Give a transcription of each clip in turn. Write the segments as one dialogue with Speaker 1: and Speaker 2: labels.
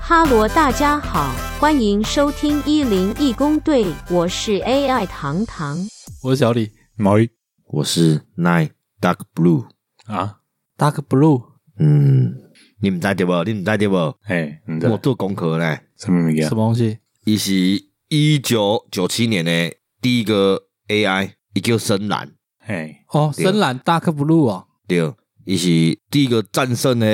Speaker 1: 哈罗，大家好，欢迎收听一零义工队，我是 AI 糖糖。
Speaker 2: 我是小李
Speaker 3: 毛衣
Speaker 4: 我是 Nine Dark Blue。
Speaker 2: 啊，Dark Blue，
Speaker 4: 嗯，你们知道不？你们知道不？
Speaker 3: 哎，你
Speaker 4: 我
Speaker 3: 的
Speaker 4: 做功课呢，
Speaker 3: 什么名字
Speaker 2: 什么
Speaker 3: 啊？
Speaker 2: 东西？
Speaker 4: 伊是一九九七年的第一个 AI，伊叫深蓝，
Speaker 3: 哎，
Speaker 2: 哦，
Speaker 4: 对
Speaker 2: 深蓝 Dark Blue 哦，
Speaker 4: 对，伊是第一个战胜的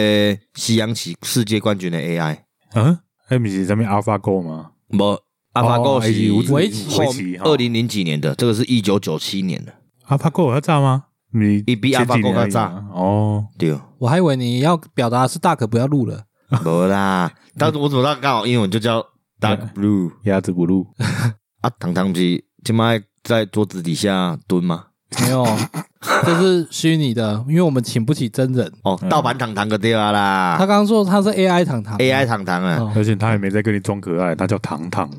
Speaker 4: 西洋棋世界冠军的 AI。
Speaker 3: 嗯，哎，不是咱们 AlphaGo 吗？
Speaker 4: 无阿法狗
Speaker 3: 哎
Speaker 4: 是
Speaker 3: 有
Speaker 2: 围棋
Speaker 3: 围棋哈
Speaker 4: 二零零几年的，这个是一九九七年的，
Speaker 3: ，AlphaGo 要炸吗？你
Speaker 4: 伊比
Speaker 3: 前几
Speaker 4: AlphaGo
Speaker 3: 年而已
Speaker 4: 较
Speaker 3: 嘛哦，
Speaker 4: 对，
Speaker 2: 我还以为你要表达的是大可不要录了。
Speaker 4: 无啦，当时我怎么知道刚好英文就叫 Dark Blue
Speaker 3: 鸭子不入，
Speaker 4: 啊？糖糖不是现在在桌子底下蹲吗？
Speaker 2: 没有，哦 这是虚拟的，因为我们请不起真人。
Speaker 4: 哦，盗版糖糖个对啊
Speaker 2: 嗯他
Speaker 4: 啦
Speaker 2: 刚刚说他是 AI 糖糖
Speaker 4: ，AI 糖糖啊，
Speaker 2: 哦
Speaker 3: 而且他也没在跟你装可爱，他叫糖糖，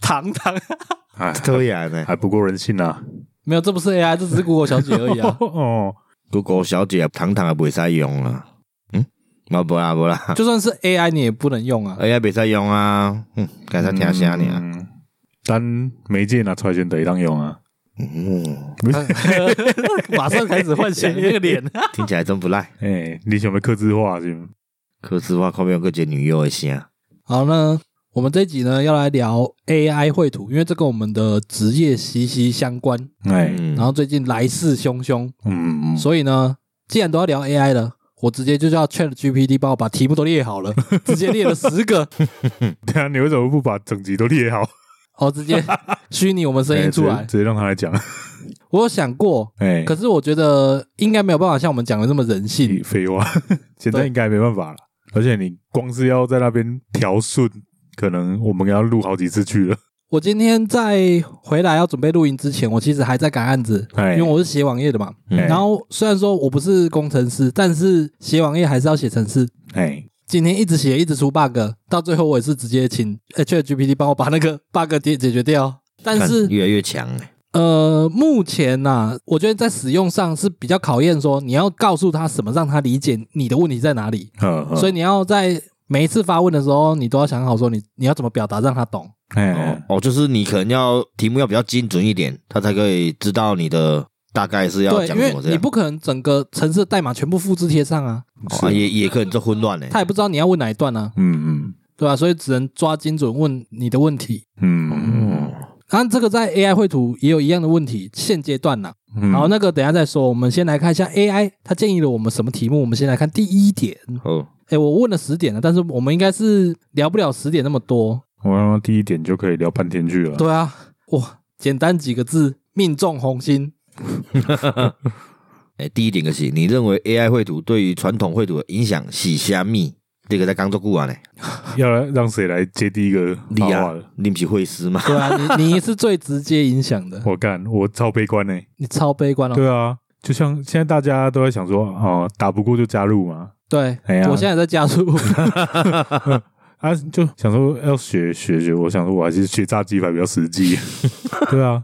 Speaker 2: 糖糖，
Speaker 3: 哎，
Speaker 4: 对啊呢。
Speaker 3: 还不过人性啊！。
Speaker 2: 没有，这不是 AI，这只是 Google 小姐而 已啊
Speaker 3: 哦，
Speaker 4: Google 小姐糖糖也袂使用啊，嗯，啊无啦无啦
Speaker 2: 就算是 AI，你也不能用啊。
Speaker 4: ，AI 袂使用啊，嗯，该使听啥呢？
Speaker 3: 嗯，咱媒介拿出来先得当用啊，
Speaker 4: 嗯，
Speaker 2: 哎马上开始唤醒那个脸。
Speaker 4: 听起来真不赖。
Speaker 3: 哎，你想要克制化是吗？
Speaker 4: 可是话靠边有个一个女优的声，
Speaker 2: 好呢，我们这一集呢要来聊 AI 绘图，因为这跟我们的职业息息相关。
Speaker 3: 哎，
Speaker 4: 嗯，
Speaker 2: 然后最近来势汹汹，
Speaker 3: 嗯，
Speaker 2: 所以呢，既然都要聊 AI 了，我直接就叫 Chat GPT 帮我把题目都列 好了，直接列了十个，
Speaker 3: 对啊，你为什么不把整集都列好？
Speaker 2: 哦，直 接虚拟我们声
Speaker 3: 哎
Speaker 2: 音出
Speaker 3: 直接
Speaker 2: 来。
Speaker 3: 直接让他来讲，
Speaker 2: 我有想过，
Speaker 3: 哎，嗯
Speaker 2: 可是我觉得应该没有办法像我们讲的那么人性。
Speaker 3: 废话， 现在
Speaker 2: 对
Speaker 3: 应该没办法了。而且你光是要在那边调顺，可能我们要录好几次去了。
Speaker 2: 我今天在回来要准备录音之前，我其实还在赶案子，因
Speaker 3: 哎
Speaker 2: 为我是写网页的嘛。
Speaker 3: 哎
Speaker 2: 然后虽然说我不是工程师，但是写网页还是要写程式。
Speaker 3: 哎，
Speaker 2: 今天一直写，一直出 bug，到最后我也是直接请呃 ChatGPT 帮我把那个 bug 解解决掉。但
Speaker 4: 看
Speaker 2: 是
Speaker 4: 越来越强欸
Speaker 2: 呃，目前呐、我觉得在使用上是比较考验说你要告诉他什么，让他理解你的问题在哪里。
Speaker 4: 嗯
Speaker 2: 所
Speaker 3: 以
Speaker 2: 以你要在每一次发问的时候，你都要想好说你你要怎么表达让他懂。
Speaker 3: 哎
Speaker 4: 哦，哦，就是你可能要题目要比较精准一点，他才可以知道你的大概是要
Speaker 2: 对，
Speaker 4: 讲
Speaker 2: 因
Speaker 4: 什
Speaker 2: 为
Speaker 4: 么这
Speaker 2: 你
Speaker 4: 样。
Speaker 2: 不可能整个城市的代码全部复制贴上啊，
Speaker 4: 哦啊也也可能这混乱欸呢。
Speaker 2: 他也不知道你要问哪一段啊，
Speaker 3: 嗯
Speaker 2: 对吧、所以只能抓精准问你的问题。
Speaker 3: 嗯
Speaker 2: 然后这个在 AI 绘图也有一样的问题，现阶段呐、
Speaker 3: 嗯，
Speaker 2: 好，那个等一下再说，我们先来看一下 AI，它建议了我们什么题目？我们先来看第一点。
Speaker 4: 哦，
Speaker 2: 哎，我问了十点了，但是我们应该是聊不了十点那么多。
Speaker 3: 我刚刚第一点就可以聊半天去了。
Speaker 2: 对啊，哇，简单几个字，命中红心。
Speaker 4: 哎，第一点就是，你认为 AI 绘图对于传统绘图的影响是虾米？这个在刚做过完呢，
Speaker 3: 要来让谁来接第一个
Speaker 4: 你
Speaker 3: 发
Speaker 4: 啊
Speaker 3: 话的？，
Speaker 4: 你不是会师吗？
Speaker 2: 对啊，你你是最直接影响的，
Speaker 3: 我干，我超悲观呢。
Speaker 2: 你超悲观哦。
Speaker 3: 对啊，就像现在大家都在想说，哦，打不过就加入嘛。
Speaker 2: 对，
Speaker 3: 哎呀
Speaker 2: 我现在也在加 速。
Speaker 3: 啊，就想说要学学学，我想说我还是学炸鸡排比较实际。 对啊，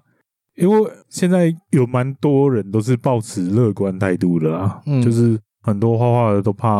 Speaker 3: 因为现在有蛮多人都是抱持乐观态度的啦，
Speaker 2: 嗯
Speaker 3: 就是很多画画的都怕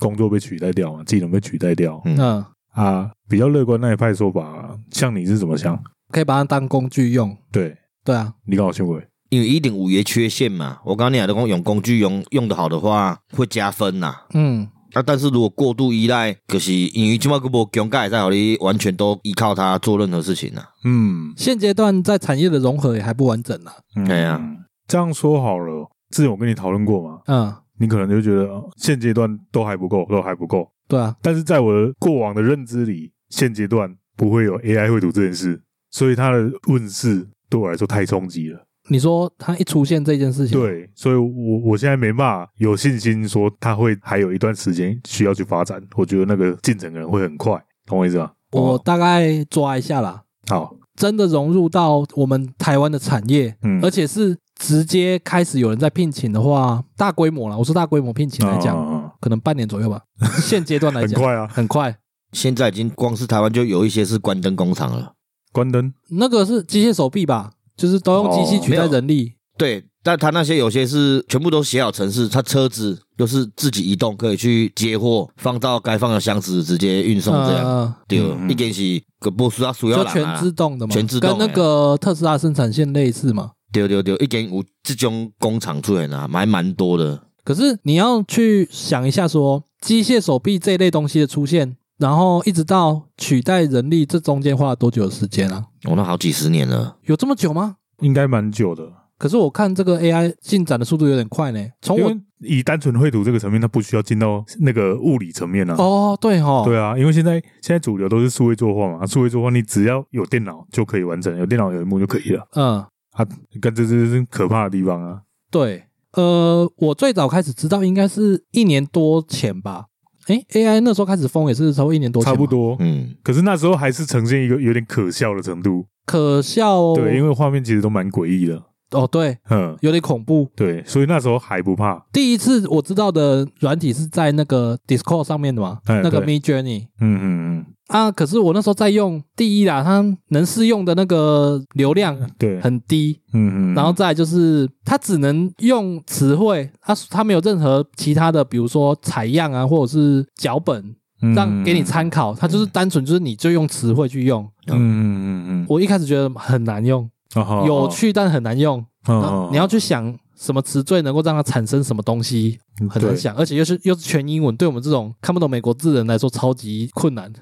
Speaker 3: 工作被取代掉嘛，技能被取代掉、
Speaker 4: 嗯
Speaker 2: 嗯，
Speaker 3: 啊。比较乐观那一派说法，像你是怎么想？
Speaker 2: 可以把它当工具用。
Speaker 3: 对
Speaker 2: 对啊，
Speaker 3: 你跟我先回，
Speaker 4: 因为一点五也缺陷嘛。我刚刚讲的讲，用工具用用的好的话，会加分呐、啊。
Speaker 2: 嗯，
Speaker 4: 但是如果过度依赖，就是因为这么个无强盖在好你完全都依靠它做任何事情啊。
Speaker 3: 嗯，
Speaker 2: 现阶段在产业的融合也还不完整呢。
Speaker 4: 对啊
Speaker 3: 嗯这样说好了。之前我跟你讨论过嘛，
Speaker 2: 嗯，
Speaker 3: 你可能就觉得哦现阶段都还不够，都还不够，
Speaker 2: 对啊，
Speaker 3: 但是在我的过往的认知里，现阶段不会有 AI 绘图这件事，所以它的问世对我来说太冲击了。
Speaker 2: 你说它一出现这件事情，，
Speaker 3: 对，所以我我现在没办法有信心说它会还有一段时间需要去发展。我觉得那个进程可能会很快，懂我意思吗？
Speaker 2: 我
Speaker 3: 哦
Speaker 2: 大概抓一下啦。
Speaker 3: 好，
Speaker 2: 真的融入到我们台湾的产业，
Speaker 3: 嗯
Speaker 2: 而且是直接开始有人在聘请的话，大规模啦，我说大规模聘请来讲，
Speaker 3: 嗯嗯
Speaker 2: 可能半年左右 吧。现阶段来
Speaker 3: 嗯很
Speaker 2: 讲，
Speaker 3: 快啊，
Speaker 2: 很快，
Speaker 4: 现在已经光是台湾就有一些是关灯工厂了。
Speaker 3: 关灯哦
Speaker 2: 那个是机械手臂吧，就是都用机器取代人力。
Speaker 4: 对，但他那些有些是全部都写好程式，他车子又是自己移动，可以去接货，放到该放的箱子直接运送这样。
Speaker 2: 呃
Speaker 4: 对，
Speaker 3: 嗯
Speaker 4: 一点是个不需要需要
Speaker 2: 就
Speaker 4: 人啊
Speaker 2: 全自动的嘛，
Speaker 4: 全自动
Speaker 2: 跟那
Speaker 4: 欸
Speaker 2: 个特斯拉生产线类似嘛。
Speaker 4: 对对对，一间有这种工厂出现啊，还蛮多的。
Speaker 2: 可是你要去想一下说机械手臂这一类东西的出现，然后一直到取代人力，这中间花了多久的时间啊？
Speaker 4: 哦，那好几十年了。
Speaker 2: 有这么久吗？
Speaker 3: 应该蛮久的。
Speaker 2: 可是我看这个 AI 进展的速度有点快呢。从
Speaker 3: 因
Speaker 2: 我
Speaker 3: 为以单纯绘图这个层面，它不需要进到那个物理层面啊。
Speaker 2: 哦，对哈、
Speaker 3: 对啊，因为现在现在主流都是数位作画嘛，数位作画你只要有电脑就可以完成，有电脑有一幕就可以了。
Speaker 2: 嗯，
Speaker 3: 啊，跟这这是可怕的地方啊！
Speaker 2: 对，呃，我最早开始知道应该是一年多前吧。诶 a i 那时候开始疯也是差不多一年多前，
Speaker 3: 差不。多，
Speaker 4: 嗯，
Speaker 3: 可是那时候还是呈现一个有点可笑的程度。
Speaker 2: 可笑哦，
Speaker 3: 对，因为画面其实都蛮诡异的。
Speaker 2: 哦对，
Speaker 3: 嗯，
Speaker 2: 有点恐怖。
Speaker 3: 对，所以那时候还不怕。
Speaker 2: 第一次我知道的软体是在那个 Discord 上面的嘛，
Speaker 3: 哎
Speaker 2: 那个
Speaker 3: 对
Speaker 2: Me Journey
Speaker 3: 嗯嗯
Speaker 2: 啊。可是我那时候在用，第一啦，它能适用的那个流量
Speaker 3: 嗯，对，
Speaker 2: 很低，
Speaker 3: 嗯嗯，
Speaker 2: 然后再来就是它只能用词汇，它它没有任何其他的，比如说采样啊，或者是脚本
Speaker 3: 嗯
Speaker 2: 让给你，参考，它就是单纯就是你就用词汇去用。
Speaker 3: 嗯嗯嗯嗯
Speaker 2: 我一开始觉得很难用，
Speaker 3: 嗯，哦
Speaker 2: 有，趣但很难用，
Speaker 3: 哦
Speaker 2: 然后你要去想。什么词最能够让它产生什么东西，
Speaker 3: 嗯
Speaker 2: 很难，想，而且又是又是全英文，对我们这种看不懂美国字的人来说超级困难。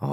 Speaker 4: 哦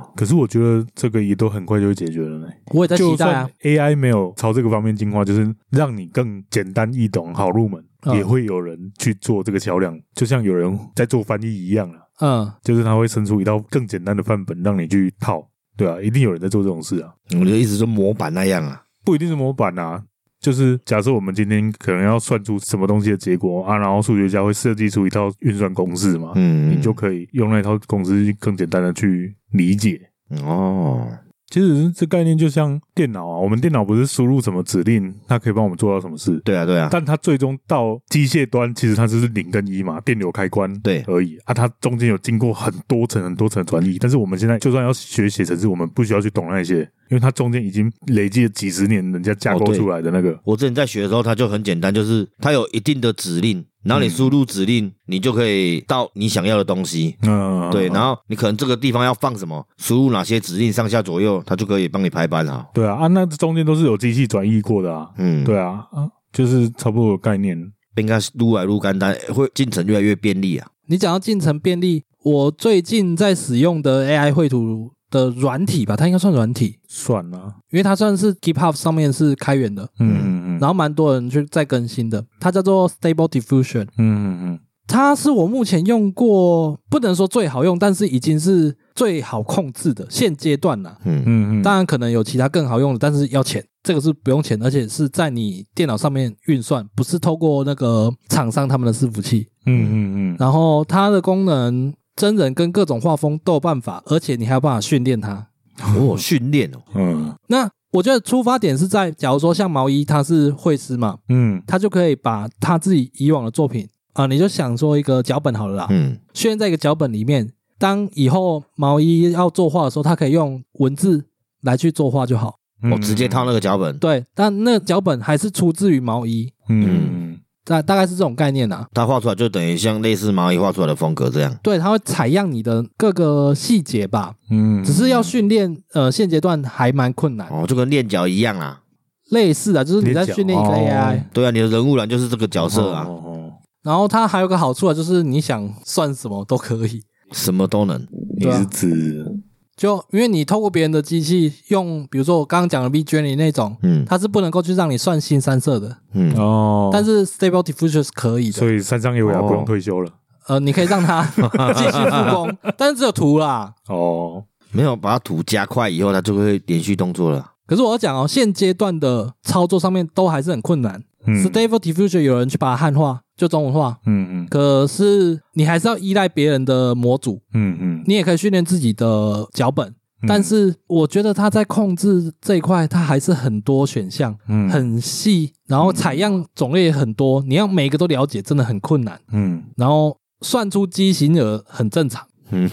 Speaker 3: 哦，对可是我觉得这个也都很快就会解决了呢。
Speaker 2: 我也在期
Speaker 3: 就
Speaker 2: 待
Speaker 3: 算
Speaker 2: 啊，
Speaker 3: AI 没有朝这个方面进化，就是让你更简单易懂、好入门，
Speaker 2: 嗯
Speaker 3: 也会有人去做这个桥梁，就像有人在做翻译一样啊，
Speaker 2: 嗯，
Speaker 3: 就是他会生出一道更简单的范本让你去套，对啊，一定有人在做这种事啊。
Speaker 4: 我的意思是模板那样啊。
Speaker 3: 不一定是模板啊。就是假设我们今天可能要算出什么东西的结果啊，然后数学家会设计出一套运算公式嘛，
Speaker 4: 嗯，
Speaker 3: 你就可以用那套公式更简单的去理解。
Speaker 4: 哦，
Speaker 3: 其实这概念就像电脑啊，我们电脑不是输入什么指令，它可以帮我们做到什么事，
Speaker 4: 对啊，对啊，
Speaker 3: 但它最终到机械端，其实它就是零跟一嘛，电流开关
Speaker 4: 对
Speaker 3: 而已啊。它中间有经过很多层很多层的转移，但是我们现在就算要学写程式，我们不需要去懂那些，因为它中间已经累积了几十年人家架
Speaker 4: 哦
Speaker 3: 构
Speaker 4: 对
Speaker 3: 出来的那个。
Speaker 4: 我之前在学的时候，它就很简单，就是它有一定的指令，然后你输入指令，你就可以到你想要的东西。
Speaker 3: 嗯，
Speaker 4: 对，
Speaker 3: 后。
Speaker 4: 然后你可能这个地方要放什么，输入哪些指令，上下左右，它就可以帮你排版好。
Speaker 3: 对啊，啊，那中间都是有机器转译过的啊。
Speaker 4: 嗯，
Speaker 3: 对，啊，啊，就是差不多的概念。
Speaker 4: 应该是撸来撸干单，会进程越来越便利啊。
Speaker 2: 你讲到进程便利，我最近在使用的 AI 绘图的软体吧，它应该算软体，
Speaker 3: 算了，
Speaker 2: 因为它算是 GitHub 上面是开源的，
Speaker 3: 嗯嗯嗯，
Speaker 2: 然后蛮多人去在更新的，它叫做 Stable Diffusion，
Speaker 3: 嗯嗯
Speaker 2: 它是我目前用过，不能说最好用，但是已经是最好控制的现阶段啦。
Speaker 4: 嗯，
Speaker 3: 嗯嗯，
Speaker 2: 当然可能有其他更好用的，但是要钱，这个是不用钱，而且是在你电脑上面运算，不是透过那个厂商他们的伺服器。
Speaker 3: 嗯嗯嗯
Speaker 2: 然后它的功能，真人跟各种画风都有办法，而且你还有办法训练它。
Speaker 4: 哦，训练哦，
Speaker 3: 嗯
Speaker 2: 那我觉得出发点是在，假如说像毛衣他是绘师嘛，
Speaker 3: 嗯
Speaker 2: 他就可以把他自己以往的作品啊、你就想说一个脚本好了啦，
Speaker 4: 嗯，
Speaker 2: 训练在一个脚本里面。当以后毛衣要作画的时候，他可以用文字来去作画就好。
Speaker 3: 嗯，
Speaker 4: 哦我直接套那个脚本，
Speaker 2: 对，但那脚本还是出自于毛衣，
Speaker 3: 嗯，
Speaker 2: 大大概是这种概念啊。
Speaker 4: 它画出来就等于像类似蚂蚁画出来的风格这样。
Speaker 2: 对，它会采样你的各个细节吧，
Speaker 3: 嗯嗯，
Speaker 2: 只是要训练，呃，现阶段还蛮困难。
Speaker 4: 哦，就跟练脚一样啊。
Speaker 2: 类似的，就是你在
Speaker 3: 练脚
Speaker 2: 训练一个
Speaker 3: 哦
Speaker 2: AI，、
Speaker 4: 对啊，你的人物栏就是这个角色啊，
Speaker 3: 哦哦哦
Speaker 2: 然后它还有个好处啊，就是你想算什么都可以。啊
Speaker 4: 什么都能。
Speaker 3: 你是指
Speaker 2: 就因为你透过别人的机器用，比如说我刚刚讲的 B Journey 那种，
Speaker 4: 嗯
Speaker 2: 它是不能够去让你算新三色的，
Speaker 4: 嗯，
Speaker 3: 哦，
Speaker 2: 但是 Stable Diffusion 是可以的。
Speaker 3: 所以山上有雅不
Speaker 4: 哦
Speaker 3: 用退休了
Speaker 2: 呃，你可以让 它继续复工，但是只有图啦。
Speaker 3: 哦，
Speaker 4: 没有把它图加快以后，它就会连续动作了。
Speaker 2: 可是我要讲哦，现阶段的操作上面都还是很困难。
Speaker 3: 嗯
Speaker 2: Stable Diffusion 有人去把它汉化，就中文化，
Speaker 3: 嗯嗯
Speaker 2: 可是你还是要依赖别人的模组，
Speaker 3: 嗯嗯，
Speaker 2: 你也可以训练自己的脚本。
Speaker 3: 嗯
Speaker 2: 但是我觉得它在控制这一块，它还是很多选项，
Speaker 3: 嗯
Speaker 2: 很细，然后采样种类也很多，你要每个都了解，真的很困难。
Speaker 3: 嗯
Speaker 2: 然后算出畸形儿很正常，
Speaker 3: 嗯，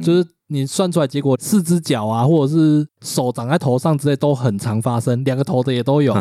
Speaker 2: 就是你算出来结果四只 脚啊，或者是手长在头上之类都很常发生，两个头的也都有。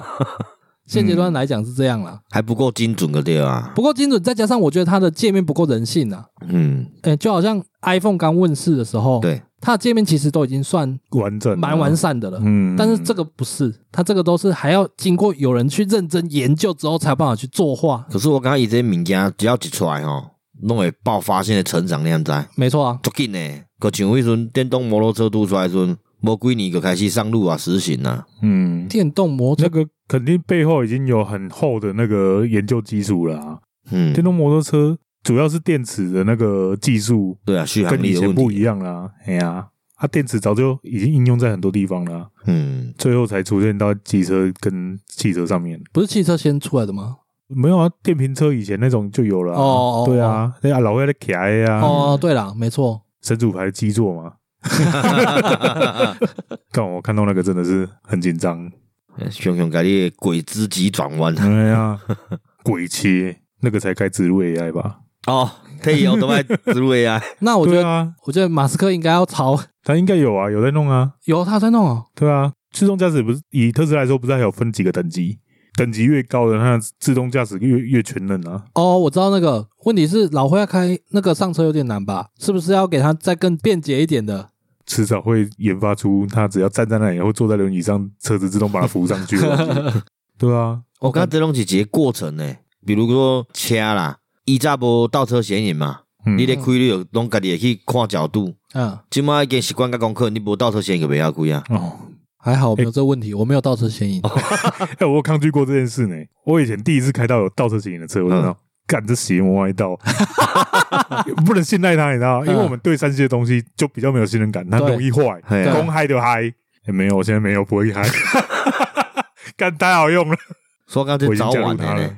Speaker 2: 现阶段来讲是这样啦，
Speaker 4: 还不够精准的对啊。
Speaker 2: 不够精准，再加上我觉得它的界面不够人性啊。
Speaker 4: 嗯，
Speaker 2: 呃，就好像 iPhone 刚问世的时候，
Speaker 4: 对，
Speaker 2: 它的界面其实都已经算
Speaker 3: 完整啊
Speaker 2: 蛮完善的了。
Speaker 3: 嗯
Speaker 2: 但是这个不是，它这个都是还要经过有人去认真研究之后，才有办法去作画。
Speaker 4: 可是我感觉伊这物件只要一出来吼，拢会爆发性的成长，你知毋知？
Speaker 2: 没错啊，
Speaker 4: 足紧诶，佮像迄阵电动摩托车拄出来的时阵，无几年就开始上路啊，实行啊。
Speaker 3: 嗯，
Speaker 2: 电动摩
Speaker 3: 那
Speaker 2: 托
Speaker 3: 个肯定背后已经有很厚的那个研究基础了啊。
Speaker 4: 嗯
Speaker 3: 电，动摩托车主要是电池的那个技术
Speaker 4: 对啊，续航
Speaker 3: 跟
Speaker 4: 力
Speaker 3: 以
Speaker 4: 的
Speaker 3: 前
Speaker 4: 问
Speaker 3: 不
Speaker 4: 题。
Speaker 3: 一样啦，哎呀、啊，它电池早就已经应用在很多地方了啊、
Speaker 4: 嗯，
Speaker 3: 最后才出现到机车跟汽车上面。
Speaker 2: 不是汽车先出来的吗？
Speaker 3: 没有啊，电瓶车以前那种就有了、啊。
Speaker 2: 哦哦
Speaker 3: 对啊，那啊老外在骑啊，
Speaker 2: 哦，对啦，没错，
Speaker 3: 神主牌的基座嘛。嗯 但我看到那个真的是很紧张。
Speaker 4: 熊熊家你的鬼之急转弯
Speaker 3: 哎呀，鬼切，那个才该植入 AI 吧？
Speaker 4: 哦，可以哦，都在植入 AI。
Speaker 2: 那哦我觉
Speaker 3: 对
Speaker 2: 得，
Speaker 3: 啊，
Speaker 2: 我觉得马斯克应该要朝
Speaker 3: 他应该有啊，有在弄啊。
Speaker 2: 有他在弄哦，
Speaker 3: 对啊，自动驾驶不是以特斯拉来说，不是还有分几个等级？等级越高的，它的自动驾驶越越全能啊。
Speaker 2: 哦，我知道那个问题是老辉要开那个上车有点难吧？是不是要给他再更便捷一点的？
Speaker 3: 迟早会研发出它只要站在那里，或坐在轮椅上，车子自动把它扶上 去的东西。对啊，
Speaker 4: 我感觉这拢是一个过程呢，比如说车啦，伊早无倒车显影嘛，
Speaker 3: 嗯
Speaker 4: 你咧开你就拢家己会去看角度。
Speaker 2: 嗯，
Speaker 4: 即摆已经习惯甲功课，你无倒车显影就袂晓开啊。
Speaker 3: 哦，
Speaker 2: 还好我没有这问题，我没有倒车显影。
Speaker 3: 哎、我有抗拒过这件事呢。我以前第一次开到有倒车显影的车，我就知
Speaker 4: 嗯
Speaker 3: 道，干、这邪魔歪道， 不能信赖它，你知
Speaker 4: 嗯
Speaker 3: 道吗？因为我们对山西的东西就比较没有信任感，它
Speaker 2: 对
Speaker 3: 容易坏，
Speaker 4: 嘿啊
Speaker 3: 公嗨就嗨。哎没有，我现在没有，不会嗨。 干太好用了，
Speaker 4: 所以讲
Speaker 3: 我
Speaker 4: 这
Speaker 3: 已经
Speaker 4: 早
Speaker 3: 加入
Speaker 4: 晚的
Speaker 3: 它了
Speaker 4: 呢。。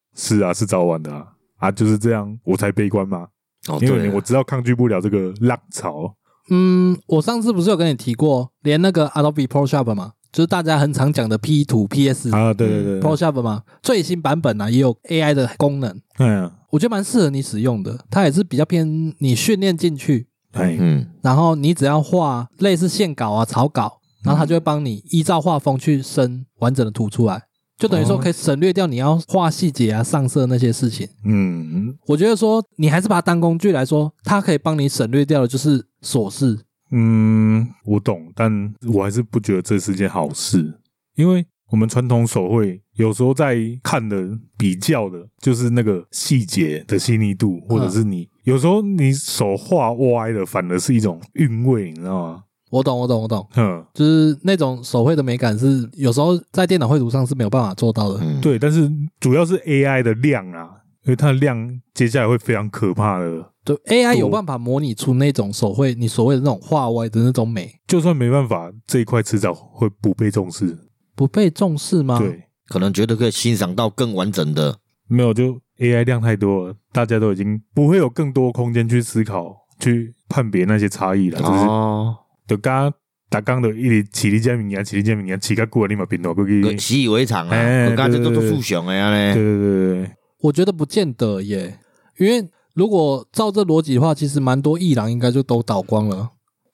Speaker 3: 是啊，是早晚的啊，啊，就是这样，我才悲观嘛。
Speaker 4: 哦，
Speaker 3: 因
Speaker 4: 对
Speaker 3: 为
Speaker 4: 啊，
Speaker 3: 我知道抗拒不了这个浪潮。
Speaker 2: 嗯，我上次不是有跟你提过，连那个 Adobe Photoshop 嘛，就是大家很常讲的 P 图 PS、
Speaker 3: 啊，对对对，
Speaker 2: Photoshop 嘛，最新版本呢、啊、也有 AI 的功能，
Speaker 3: 嗯，
Speaker 2: 我觉得蛮适合你使用的。它也是比较偏你训练进去，
Speaker 3: 哎，
Speaker 4: 嗯，
Speaker 2: 然后你只要画类似线稿啊、草稿，然后它就会帮你依照画风去生完整的图出来，就等于说
Speaker 3: 哦
Speaker 2: 可以省略掉你要画细节啊、上色那些事情。
Speaker 3: 嗯
Speaker 2: 我觉得说你还是把它当工具来说，它可以帮你省略掉的就是琐事。
Speaker 3: 嗯，我懂，但我还是不觉得这是件好事，因为我们传统手绘有时候在看的比较的，就是那个细节的细腻度，或者是你有时候你手画歪了，反而是一种韵味，你知道吗？
Speaker 2: 我懂，我懂，我懂，
Speaker 3: 嗯，
Speaker 2: 就是那种手绘的美感是有时候在电脑绘图上是没有办法做到的。
Speaker 4: 嗯，
Speaker 3: 对，但是主要是 AI 的量啊，因为它的量接下来会非常可怕的
Speaker 2: 对，AI 有
Speaker 3: 我
Speaker 2: 办法模拟出那种手绘你所谓的那种画歪的那种美，
Speaker 3: 就算没办法，这一块迟早会不被重视。
Speaker 2: 不被重视吗？
Speaker 3: 对，
Speaker 4: 可能觉得可以欣赏到更完整的。
Speaker 3: 没有就 AI 量太多了，大家都已经不会有更多空间去思考、去判别那些差异了。就是
Speaker 4: 哦，
Speaker 3: 就刚打刚的一直起立加名啊言，起立加名言，起个过你嘛变到过去。
Speaker 4: 就习以为常啊，
Speaker 3: 哎
Speaker 4: 我感觉这都
Speaker 3: 对对
Speaker 4: 做
Speaker 3: 对
Speaker 4: 树熊的啊呀嘞
Speaker 3: 对。对对对，
Speaker 2: 我觉得不见得耶，因为如果照这逻辑的话，其实蛮多艺廊应该就都倒光了，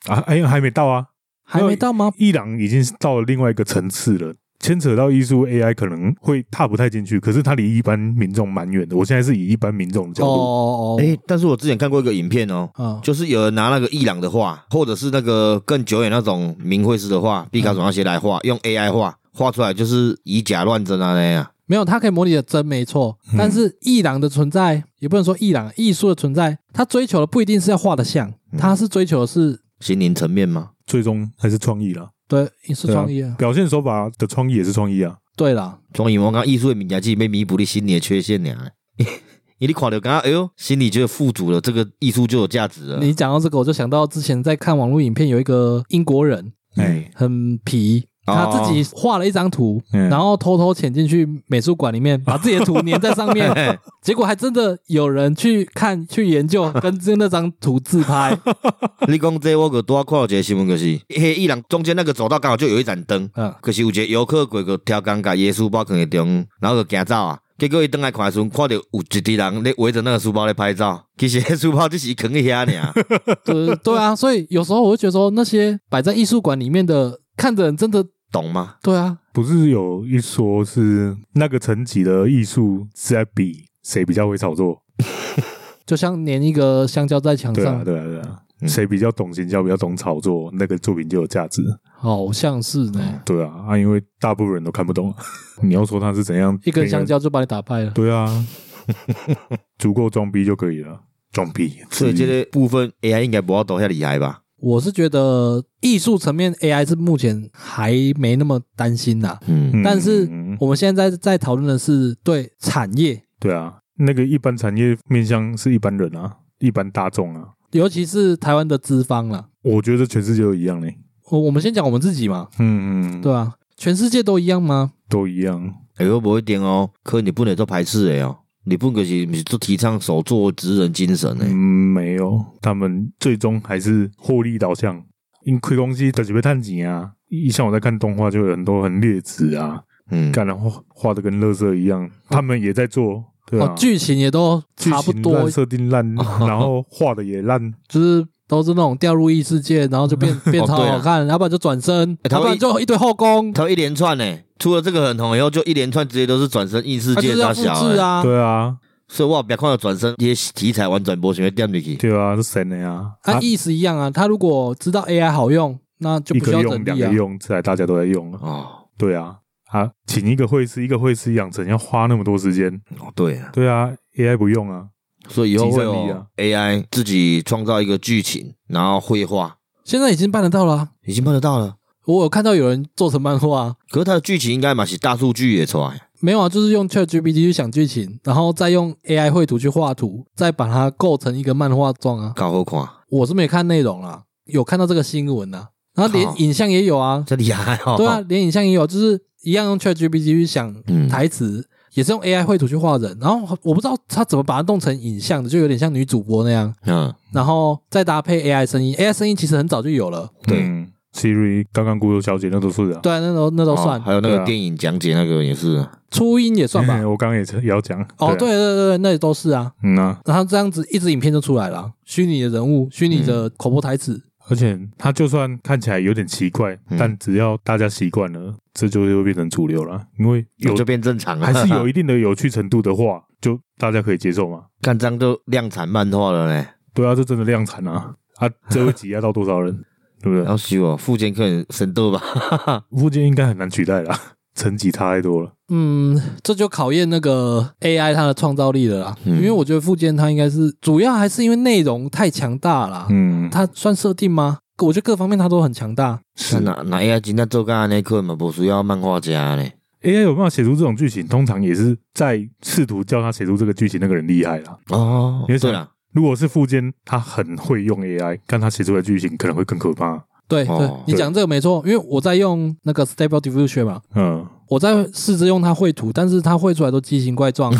Speaker 3: 啊，哎呀，还没到啊！
Speaker 2: 还没到吗？
Speaker 3: 伊朗已经到了另外一个层次了，牵扯到艺术 AI 可能会踏不太进去，可是它离一般民众蛮远的。我现在是以一般民众的角
Speaker 2: 哦
Speaker 3: 度，
Speaker 2: 哦
Speaker 4: 哎，但是我之前看过一个影片哦，
Speaker 2: 哦，
Speaker 4: 就是有人拿那个伊朗的画，或者是那个更久远那种明慧式的
Speaker 2: 嗯
Speaker 4: 画，毕卡索那些来画，用 AI 画，画出来就是以假乱真啊那样。
Speaker 2: 嗯，没有，它可以模拟的真没错，
Speaker 3: 嗯
Speaker 2: 但是艺廊的存在也不能说艺廊艺术的存在，它追求的不一定是要画的像，
Speaker 3: 嗯
Speaker 2: 它是追求的是
Speaker 4: 心灵层面吗？
Speaker 3: 最终还是创意啦。
Speaker 2: 对影视
Speaker 3: 对啊
Speaker 2: 创意啊，
Speaker 3: 表现手法的创意也是创意啊。
Speaker 2: 对啦，
Speaker 4: 所以我讲艺术的名家，去被弥补你心理的缺陷呢。 你你看到刚刚，哎呦，心里觉得富足了，这个艺术就有价值了。
Speaker 3: 啊
Speaker 2: 你讲到这个，我就想到之前在看网络影片，有一个英国人
Speaker 3: 哎，
Speaker 2: 很皮。
Speaker 4: 哦
Speaker 2: 他自己画了一张图，
Speaker 3: 嗯
Speaker 2: 然后偷偷潜进去美术馆里面，把自己的图粘在上 面，
Speaker 4: 哎
Speaker 2: 结果还真的有人去看、去研究，跟这那张图自 拍。
Speaker 4: 你讲这我个多看到一个新闻，就是嘿，伊朗中间那个走道刚好就有一盏灯，
Speaker 2: 嗯，
Speaker 4: 可是有一个游客过个挑工，把耶稣包放在中，然后就行走啊。结果伊登来看的时候，看到有一堆人咧围着那个书包咧拍照，其实那书包就是伊扛一遐 尔。啊
Speaker 2: 对对啊，所以有时候我会觉得说，那些摆在艺术馆里面的看的人，真的
Speaker 4: 懂吗？
Speaker 2: 对啊，
Speaker 3: 不是有一说是那个层级的艺术是在比谁比较会炒作？
Speaker 2: 就像粘一个香蕉在墙
Speaker 3: 对啊，
Speaker 2: 上，
Speaker 3: 对啊，对啊，
Speaker 4: 嗯
Speaker 3: 谁比较懂行销，比较懂炒作，那个作品就有价值。
Speaker 2: 好像是呢，
Speaker 3: 对啊，啊，因为大部分人都看不懂，啊你要说他是怎样
Speaker 2: 嗯一根
Speaker 3: 那个
Speaker 2: 香，蕉就把你打败了。
Speaker 3: 对啊，足够装逼就可以了，装逼。
Speaker 4: 所以这个部分 AI 应该不要都遐厉害吧？
Speaker 2: 我是觉得艺术层面 AI 是目前还没那么担心啦，
Speaker 4: 嗯
Speaker 3: 嗯
Speaker 2: 但是我们现在在讨论的是对产业，
Speaker 3: 对啊，那个一般产业面向是一般人啊，一般大众啊，
Speaker 2: 尤其是台湾的资方啦。
Speaker 3: 我觉得全世界都一样嘞。
Speaker 2: 我我们先讲我们自己嘛，
Speaker 3: 嗯，嗯，
Speaker 2: 对吧、啊全世界都一样吗？
Speaker 3: 都一样。
Speaker 4: 哎呦，不一定哦，可能日本也做排斥的哦，日本就是不是做提倡手作职人精神的
Speaker 3: 嗯，没有，他们最终还是获利导向，因为亏公司就是被探钱啊。一像我在看动画，就有很多很劣质啊，
Speaker 4: 嗯，
Speaker 3: 干然后画的跟垃圾一样，他们也在做，对啊
Speaker 2: 哦，，剧情也都
Speaker 3: 剧
Speaker 2: 差不
Speaker 3: 情
Speaker 2: 多哦
Speaker 3: 烂，设定烂，然后画的也烂，
Speaker 2: 就是都是那种掉入异世界，然后 就
Speaker 3: 哦
Speaker 2: 变变超
Speaker 4: 对啊
Speaker 2: 好看，要不然就转身，
Speaker 4: 哎台
Speaker 2: 要
Speaker 4: 湾
Speaker 2: 不然就一堆后宫，
Speaker 4: 他一连串呢，出了这个很红以后，就一连串直接都是转身异世
Speaker 2: 他就
Speaker 4: 界
Speaker 2: 是要
Speaker 4: 大
Speaker 2: 复
Speaker 4: 小
Speaker 2: 制
Speaker 4: 的，
Speaker 2: 啊。
Speaker 3: 对啊，
Speaker 4: 所以我别看到转身这些题材完全无想要点进去。
Speaker 3: 对啊，是神的呀，
Speaker 2: 他意思一样啊，他如果知道 AI 好用，那就
Speaker 3: 一
Speaker 2: 不需
Speaker 3: 个
Speaker 2: 要
Speaker 3: 用
Speaker 2: 整
Speaker 3: 两
Speaker 2: 理
Speaker 3: 个
Speaker 2: 啊。
Speaker 3: 用，自然大家都在用了，
Speaker 4: 哦，
Speaker 3: 对啊，啊，请一个会师，一个会师养成要花那么多时间，
Speaker 4: 哦对啊，
Speaker 3: 对啊，AI 不用啊，
Speaker 4: 所以以后会
Speaker 3: 集散力啊
Speaker 4: 有 AI 自己创造一个剧情，然后绘画
Speaker 2: 现在已经办得到了啊、
Speaker 4: 已经办得到了。
Speaker 2: 我有看到有人做成漫画啊、
Speaker 4: 可是它的剧情应该嘛是大数据也出来，
Speaker 2: 没有啊，就是用 ChatGPT 去想剧情，然后再用 AI 绘图去画图，再把它构成一个漫画状啊。
Speaker 4: 搞好看，
Speaker 2: 我是没看内容啦，有看到这个新闻啊，然后连
Speaker 4: 靠
Speaker 2: 影像也有啊，
Speaker 4: 这厉害哦。
Speaker 2: 对啊，，连影像也有，就是一样用 ChatGPT 去想
Speaker 4: 嗯，
Speaker 2: 台词，也是用 AI 绘图去画人，然后我不知道他怎么把它弄成影像的，就有点像女主播那样，
Speaker 4: 嗯，
Speaker 2: 然后再搭配 AI 声音，AI 声音其实很早就有了，
Speaker 4: 对
Speaker 3: 嗯，Siri 刚刚孤独小姐那都是啊，
Speaker 2: 对啊，那都那都
Speaker 4: 哦
Speaker 2: 算，
Speaker 4: 还嗯有那
Speaker 3: 对
Speaker 4: 个
Speaker 3: 啊，
Speaker 4: 电影讲解那个也是啊，
Speaker 2: 初音也算吧
Speaker 3: 我刚刚也是也要讲，
Speaker 2: 哦，
Speaker 3: 啊
Speaker 2: 对，对对对，那也都是啊，
Speaker 3: 嗯啊，
Speaker 2: 然后这样子一支影片就出来了啊，虚拟的人物，虚拟的口播台词，
Speaker 3: 而且它就算看起来有点奇怪，
Speaker 4: 嗯
Speaker 3: 但只要大家习惯了，这就会变成主流了，因为有
Speaker 4: 哦就变正常了。 啊
Speaker 3: 还是有一定的有趣程度的话，就大家可以接受嘛。
Speaker 4: 干张都量产漫画了嘞，
Speaker 3: 对啊，这真的量产啊！啊，这会挤压到多少人， 对不对？
Speaker 4: 要啊死我，富坚可能神斗吧。
Speaker 3: 附件应该很难取代啦， 层级差太多了。
Speaker 2: 嗯，这就考验那个 AI 它的创造力了啦，
Speaker 4: 嗯
Speaker 2: 因为我觉得附件它应该是主要还是因为内容太强大啦，
Speaker 3: 嗯，
Speaker 2: 它算设定吗？我觉得各方面它都很强大，
Speaker 3: 是
Speaker 4: 那那 AI 真正做干那课嘛，不需要漫画家嘞。
Speaker 3: AI 有办法写出这种剧情，通常也是在试图叫他写出这个剧情那个人厉害啦。
Speaker 4: 哦
Speaker 3: 你是
Speaker 4: 对
Speaker 3: 想
Speaker 4: 了，
Speaker 3: 如果是富坚，他很会用 AI，但他写出来的剧情可能会更可怕。
Speaker 2: 对
Speaker 4: 哦
Speaker 2: 对，你讲这个没错，因为我在用那个 Stable Diffusion 嘛，
Speaker 3: 嗯，
Speaker 2: 我在试着用它绘图，但是它绘出来都奇形怪 状，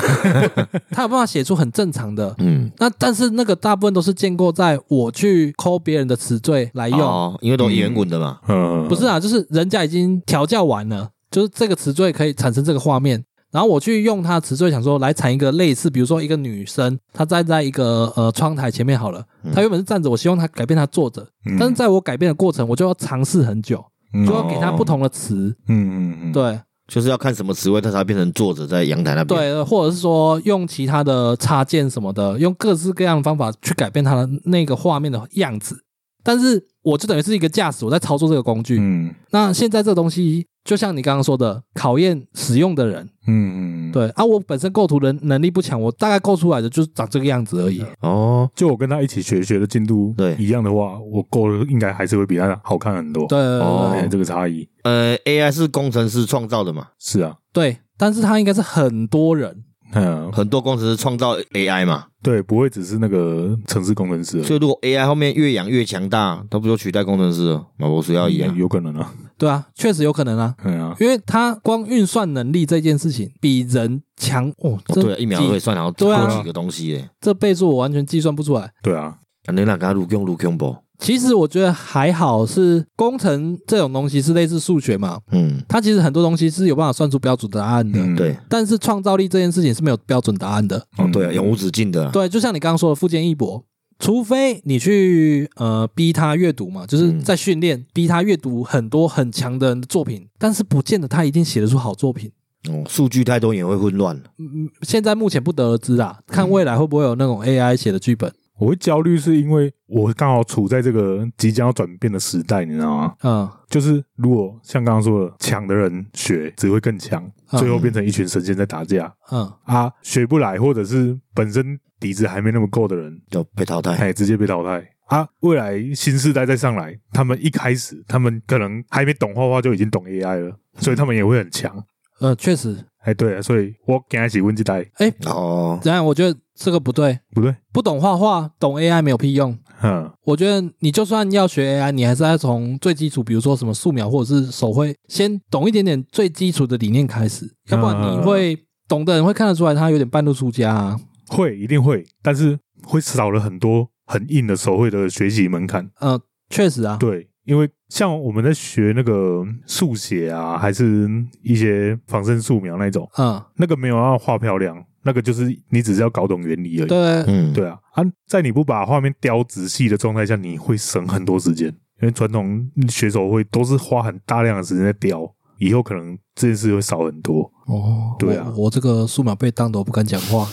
Speaker 2: 它有办法写出很正常的。
Speaker 4: 嗯，
Speaker 2: 那但是那个大部分都是建构在我去抠别人的词缀来用，
Speaker 4: 哦，因为都圆滚的嘛。
Speaker 3: 嗯，
Speaker 2: 不是啊，就是人家已经调教完了，就是这个词缀可以产生这个画面，然后我去用它的词缀，想说来产一个类似，比如说一个女生，她站在一个呃窗台前面好了，
Speaker 4: 嗯
Speaker 2: 她原本是站着，我希望她改变她坐着，
Speaker 3: 嗯，
Speaker 2: 但是在我改变的过程，我就要尝试很久，
Speaker 3: 嗯
Speaker 2: 就要给她不同的词，
Speaker 3: 嗯嗯嗯，
Speaker 2: 对
Speaker 4: 就是要看什么词汇，它才会变成作者在阳台那边。
Speaker 2: 对，呃或者是说用其他的插件什么的，用各式各样的方法去改变她的那个画面的样子，但是我就等于是一个驾驶，我在操作这个工具，
Speaker 3: 嗯
Speaker 2: 那现在这个东西，就像你刚刚说的，考验使用的人。
Speaker 3: 嗯嗯，。
Speaker 2: 对啊，我本身构图能能力不强，我大概构出来的就是长这个样子而已。
Speaker 4: 哦，
Speaker 3: 就我跟他一起学学的进度
Speaker 4: 对
Speaker 3: 一样的话，我够了应该还是会比他好看很多。
Speaker 2: 对对对
Speaker 4: 哦
Speaker 3: 哎，这个差异
Speaker 4: 呃，AI 是工程师创造的嘛，
Speaker 3: 是啊，
Speaker 2: 对，但是它应该是很多人，
Speaker 3: 嗯，
Speaker 4: 很多工程师创造 AI 嘛，
Speaker 3: 对，不会只是那个城市工程师而已，
Speaker 4: 所以如果 AI 后面越养越强大，它不就取代工程师了？马博士要一样
Speaker 3: 嗯。有可能啊，
Speaker 2: 对啊，确实有可能啊，
Speaker 3: 嗯啊，
Speaker 2: 因为它光运算能力这件事情比人强哦，
Speaker 4: 哦
Speaker 2: 这、
Speaker 4: 对啊，一秒可以算好
Speaker 2: 对啊
Speaker 4: 好几个东西耶。
Speaker 2: 这倍数我完全计算不出来。
Speaker 3: 对啊，
Speaker 4: 啊你哪敢入用入用不？
Speaker 2: 其实我觉得还好，是工程这种东西是类似数学嘛，
Speaker 4: 嗯，
Speaker 2: 它其实很多东西是有办法算出标准答案的，
Speaker 3: 嗯
Speaker 4: 对，
Speaker 2: 但是创造力这件事情是没有标准答案的。
Speaker 4: 哦对啊，永无止境的啊。
Speaker 2: 对，就像你刚刚说的，富坚义博，除非你去呃逼他阅读嘛，就是
Speaker 4: 嗯
Speaker 2: 在训练、逼他阅读很多很强的人的作品，但是不见得他一定写得出好作品。
Speaker 4: 哦，数据太多也会混乱。
Speaker 2: 嗯，现在目前不得而知啊，看未来会不会有那种 AI 写的剧本。
Speaker 3: 我会焦虑是因为我刚好处在这个即将要转变的时代，你知道吗？
Speaker 2: 嗯，
Speaker 3: 就是如果像刚刚说的，强的人学只会更强，
Speaker 2: 嗯
Speaker 3: 最后变成一群神仙在打架
Speaker 2: 嗯，
Speaker 3: 啊，学不来或者是本身底子还没那么够的人，
Speaker 4: 就被淘汰。
Speaker 3: 哎，直接被淘汰啊！未来新世代再上来，他们一开始他们可能还没懂画画就已经懂 AI 了，所以他们也会很强。
Speaker 2: 呃，确实，
Speaker 3: 哎，对啊，所以我跟他一起问这代
Speaker 4: 哦，
Speaker 2: 当然我觉得这个不对，
Speaker 3: 不对，
Speaker 2: 不懂画画，懂 AI 没有屁用。
Speaker 3: 嗯，
Speaker 2: 我觉得你就算要学 AI，你还是要从最基础，比如说什么素描或者是手绘，先懂一点点最基础的理念开始，要不然你会懂的人会看得出来他有点半路出家啊。
Speaker 3: 会一定会，但是会少了很多很硬的手绘的学习门槛。
Speaker 2: 呃，确实啊，
Speaker 3: 对，因为像我们在学那个速写啊，还是一些仿生素描那种，
Speaker 2: 嗯，
Speaker 3: 那个没有要画漂亮，那个就是你只是要搞懂原理而已。
Speaker 2: 对，
Speaker 4: 嗯，
Speaker 3: 对啊，啊，在你不把画面雕仔细的状态下，你会省很多时间，因为传统学手会都是花很大量的时间在雕，以后可能这件事会少很多。
Speaker 2: 哦，
Speaker 3: 对啊
Speaker 2: 我我这个素描被当的我不敢讲 话，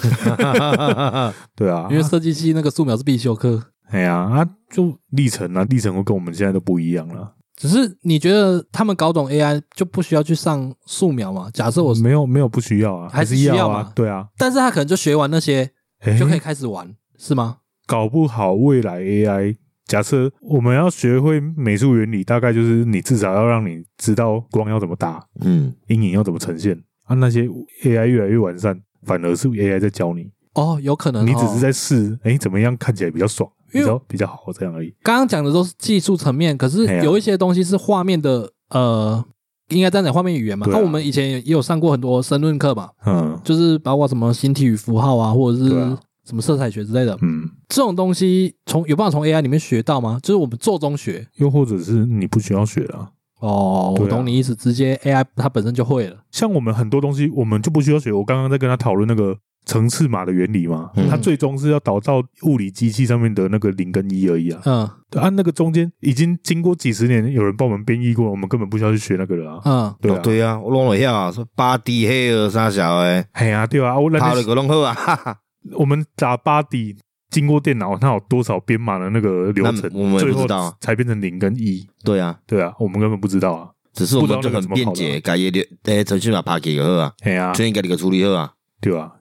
Speaker 3: 对啊，
Speaker 2: 因为设计系那个素描是必修课。
Speaker 3: 哎呀啊，就历程啊，历程会跟我们现在都不一样了。
Speaker 2: 只是你觉得他们搞懂 AI 就不需要去上素描嘛？假设我，
Speaker 3: 没有没有不需要啊，
Speaker 2: 还是
Speaker 3: 是
Speaker 2: 需要
Speaker 3: 啊
Speaker 2: 嘛，
Speaker 3: 对啊，
Speaker 2: 但是他可能就学完那些
Speaker 3: 哎
Speaker 2: 就可以开始玩，是吗？
Speaker 3: 搞不好未来 AI。假设我们要学会美术原理，大概就是你至少要让你知道光要怎么打，
Speaker 4: 嗯，
Speaker 3: 阴影要怎么呈现啊。那些 AI 越来越完善，反而是 AI 在教你。
Speaker 2: 哦，有可能、哦。
Speaker 3: 你只是在试，哎、怎么样看起来比较爽，
Speaker 2: 因
Speaker 3: 比
Speaker 2: 为
Speaker 3: 较比较好这样而已。
Speaker 2: 刚刚讲的都是技术层面，可是
Speaker 3: 哎呀
Speaker 2: 有一些东西是画面的，呃，应该站在画面语言嘛。
Speaker 3: 对
Speaker 2: 那、
Speaker 3: 啊
Speaker 2: 我们以前也有上过很多申论课嘛，
Speaker 3: 嗯
Speaker 2: 就是包括什么形体与符号啊，或者是
Speaker 3: 对啊
Speaker 2: 什么色彩学之类的，
Speaker 3: 嗯，
Speaker 2: 这种东西从有办法从 AI 里面学到吗？就是我们做中学。
Speaker 3: 又或者是你不需要学了、
Speaker 2: 哦，
Speaker 3: 对
Speaker 2: 我
Speaker 3: 啊
Speaker 2: 懂你意思，直接 AI 它本身就会了。
Speaker 3: 像我们很多东西，我们就不需要学。我刚刚在跟他讨论那个层次码的原理嘛，
Speaker 4: 嗯
Speaker 3: 它最终是要导到物理机器上面的那个零跟一而已啊。
Speaker 2: 嗯
Speaker 3: 啊，那个中间已经经过几十年，有人帮我们编译过，我们根本不需要去学那个了啊。
Speaker 2: 嗯，
Speaker 3: 对
Speaker 4: 哦
Speaker 3: 啊，
Speaker 4: 对啊，我拢会晓啊，说八 D 黑二三小诶，
Speaker 3: 哎呀、对啊，我那
Speaker 4: 跑了
Speaker 3: 天
Speaker 4: 个拢好啊。 哈哈
Speaker 3: 我们打八 D 经过电脑，它有多少编码的那个流程，
Speaker 4: 那我们也
Speaker 3: 最
Speaker 4: 不
Speaker 3: 后
Speaker 4: 知道啊
Speaker 3: 才变成零跟一。
Speaker 4: 对啊，
Speaker 3: 对啊，我们根本不知道啊。
Speaker 4: 只是我们就很便捷，改业的诶程序码拍起就好啊，
Speaker 3: 哎呀、
Speaker 4: 全家己个处理好啊。
Speaker 3: 对吧？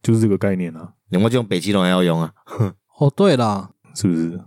Speaker 3: 就是这个概念啊，
Speaker 4: 连我这种北极龙还要用啊。
Speaker 2: 哦，对啦，
Speaker 3: 是不是？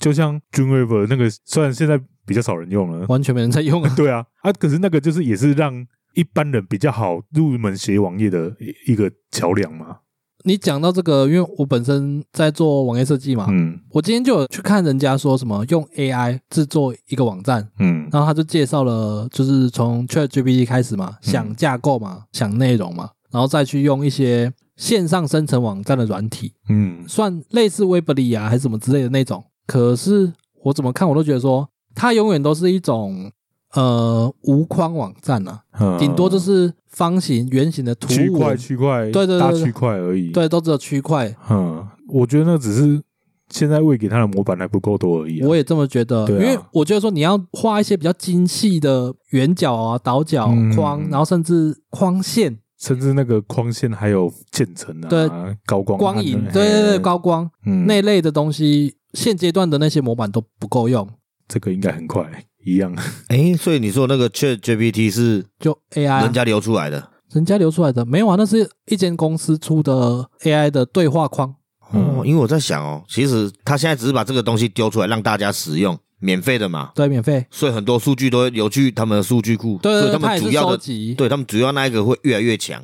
Speaker 3: 就像 Dreamweaver 那个，虽然现在比较少人用了，。
Speaker 2: 完全没人在用啊
Speaker 3: 对啊，啊，可是那个就是也是让一般人比较好入门写网页的一一个桥梁嘛。
Speaker 2: 你讲到这个，因为我本身在做网页设计嘛，
Speaker 3: 嗯
Speaker 2: 我今天就有去看人家说什么用 AI 制作一个网站，
Speaker 3: 嗯
Speaker 2: 然后他就介绍了，就是从 ChatGPT 开始
Speaker 3: 嗯
Speaker 2: 嘛，想架构嘛，想内容嘛，然后再去用一些线上生成网站的软体，
Speaker 3: 嗯，
Speaker 2: 算类似 Weebly 啊还是什么之类的那种。可是我怎么看我都觉得说，它永远都是一种呃无框网站啊，
Speaker 3: 嗯
Speaker 2: 顶多就是方形、圆形的图
Speaker 3: 区块
Speaker 2: 文，
Speaker 3: 区块，
Speaker 2: 对对对
Speaker 3: 大
Speaker 2: 对
Speaker 3: 区块而已。，
Speaker 2: 对，都只有区块。
Speaker 3: 嗯，我觉得那只是现在喂给他的模板还不够多而已、啊。
Speaker 2: 我也这么觉得，因
Speaker 3: 对啊
Speaker 2: 为我觉得说你要画一些比较精细的圆角啊、倒角
Speaker 3: 嗯
Speaker 2: 框，然后甚至框线、
Speaker 3: 甚至那个光线还有渐层啊，
Speaker 2: 对，
Speaker 3: 高光
Speaker 2: 光影，
Speaker 3: 暗啊
Speaker 2: 对对对，
Speaker 3: 嘿
Speaker 2: 高光
Speaker 3: 嗯
Speaker 2: 那一类的东西，现阶段的那些模板都不够用，
Speaker 3: 这个应该很快一样。
Speaker 4: 诶，所以你说那个 Chat GPT 是
Speaker 2: 就 AI 啊
Speaker 4: 人家流出来的？
Speaker 2: 人家流出来的没有啊，那是一间公司出的 AI 的对话框，
Speaker 3: 嗯
Speaker 4: 哦，因为我在想哦，其实他现在只是把这个东西丢出来让大家使用，免费的嘛，
Speaker 2: 对，免费，
Speaker 4: 所以很多数据都会流去他们的数据库，
Speaker 2: 对
Speaker 4: 所
Speaker 2: 对
Speaker 4: 以
Speaker 2: 对，它
Speaker 4: 他们
Speaker 2: 也
Speaker 4: 主
Speaker 2: 是
Speaker 4: 要
Speaker 2: 收
Speaker 4: 的，
Speaker 2: 集，，
Speaker 4: 对他们主要那一个会越来越强，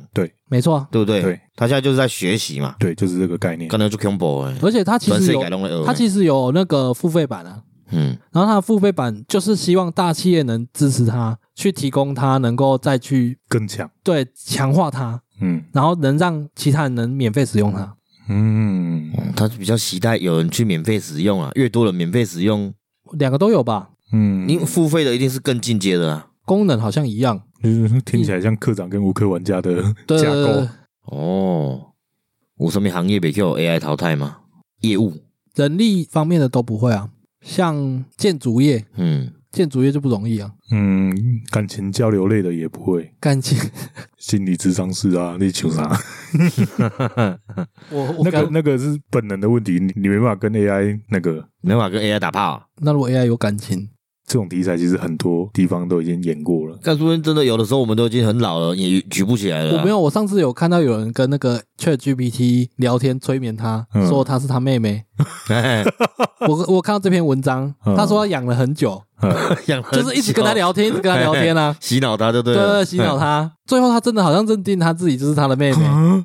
Speaker 2: 没错啊，
Speaker 4: 对不对？
Speaker 3: 对，
Speaker 4: 他现在就是在学习嘛，
Speaker 3: 对，就是这个概念。
Speaker 4: 刚才就 combo 哎，
Speaker 2: 而且它其
Speaker 4: 全
Speaker 2: 实
Speaker 4: 世
Speaker 2: 有
Speaker 4: 改动了，
Speaker 2: 它其实有那个付费版啊，
Speaker 4: 嗯
Speaker 2: 然后它的付费版就是希望大企业能支持它，去提供它能够再去
Speaker 3: 更强。
Speaker 2: 对强化它，
Speaker 3: 嗯
Speaker 2: 然后能让其他人能免费使用它。
Speaker 3: 嗯
Speaker 4: 嗯，他比较期待有人去免费使用啊，越多人免费使用，
Speaker 2: 两个都有吧，
Speaker 3: 嗯，
Speaker 4: 你付费的一定是更进阶的啊。
Speaker 2: 功能好像一样。
Speaker 3: 就是听起来像科长跟无科玩家的
Speaker 2: 对
Speaker 3: 架
Speaker 2: 对对对
Speaker 3: 构
Speaker 2: 对，
Speaker 4: 哦，有什么行业被叫 AI 淘汰吗？业务
Speaker 2: 人力方面的都不会啊。像建筑业，
Speaker 4: 嗯，
Speaker 2: 建筑业就不容易啊，
Speaker 3: 嗯，感情交流类的也不会，
Speaker 2: 感情
Speaker 3: 心理智商师啊，那求啥？
Speaker 2: 我我
Speaker 3: 那
Speaker 2: 感
Speaker 3: 个那个是本能的问题，你你没办法跟 AI 那个
Speaker 4: 没法跟 AI 打炮。啊
Speaker 2: 那如果 AI 有感情，
Speaker 3: 这种题材，其实很多地方都已经演过了。
Speaker 4: 但说真的，有的时候我们都已经很老了，也举不起来了啊。
Speaker 2: 我没有，我上次有看到有人跟那个 ChatGPT 聊天催眠他，
Speaker 3: 嗯
Speaker 2: 说他是他妹妹。
Speaker 4: 哎，
Speaker 2: 我我看到这篇文章，
Speaker 3: 嗯
Speaker 2: 他说他养了很久，
Speaker 3: 嗯
Speaker 4: 养了
Speaker 2: 就是一直跟他
Speaker 4: 很久，，
Speaker 2: 聊天，一直跟他聊天啊
Speaker 4: 洗脑他就对哎
Speaker 2: 对
Speaker 4: 了，
Speaker 2: 对，对洗脑他。最后他真的好像认定他自己就是他的妹妹，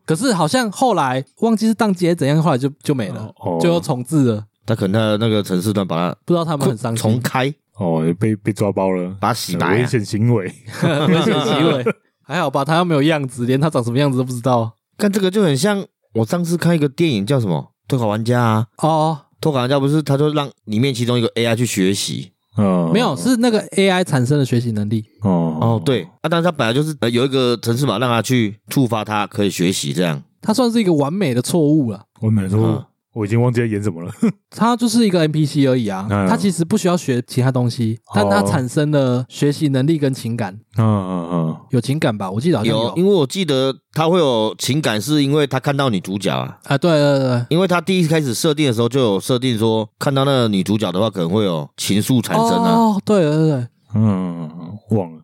Speaker 2: 可是好像后来忘记是当街怎样，后来就就没了，
Speaker 3: 哦
Speaker 2: 最后重置了，
Speaker 4: 他可能他的那个城市段把
Speaker 2: 不知道他们很
Speaker 4: 它
Speaker 2: 伤
Speaker 4: 重
Speaker 2: 心，
Speaker 4: 开，
Speaker 3: 哦，被被抓包了，
Speaker 4: 把它洗
Speaker 3: 呃
Speaker 4: 白
Speaker 3: 危
Speaker 4: 啊。
Speaker 3: 险行为。
Speaker 2: 危险行为。 还好吧，他又没有样子，连他长什么样子都不知道。
Speaker 4: 看这个就很像我上次看一个电影叫什么《脱稿玩家》啊，
Speaker 2: 哦，
Speaker 4: 《脱稿玩家》不是他就让里面其中一个 AI 去学习
Speaker 3: 嗯，
Speaker 2: 没有，是那个 AI 产生的学习能力。
Speaker 3: 哦
Speaker 4: 哦，对，啊，但是他本来就是呃有一个城市码让他去触发他可以学习这样，
Speaker 2: 它算是一个完美的错误了。
Speaker 3: 我本来
Speaker 4: 嗯
Speaker 3: 说我已经忘记在演什么了。
Speaker 2: 它就是一个 NPC 而已啊，
Speaker 3: 嗯哦
Speaker 2: 它其实不需要学其他东西，但它产生了学习能力跟情感，
Speaker 3: 嗯 嗯嗯，
Speaker 2: 有情感吧？我记得好像
Speaker 4: 有，因为我记得他会有情感，是因为他看到女主角啊。
Speaker 2: 啊，对对对
Speaker 4: 因为他第一开始设定的时候就有设定说，看到那个女主角的话，可能会有情愫产
Speaker 2: 对，
Speaker 4: 生啊，
Speaker 2: 哦，对对对对，
Speaker 3: 嗯嗯，嗯嗯忘了。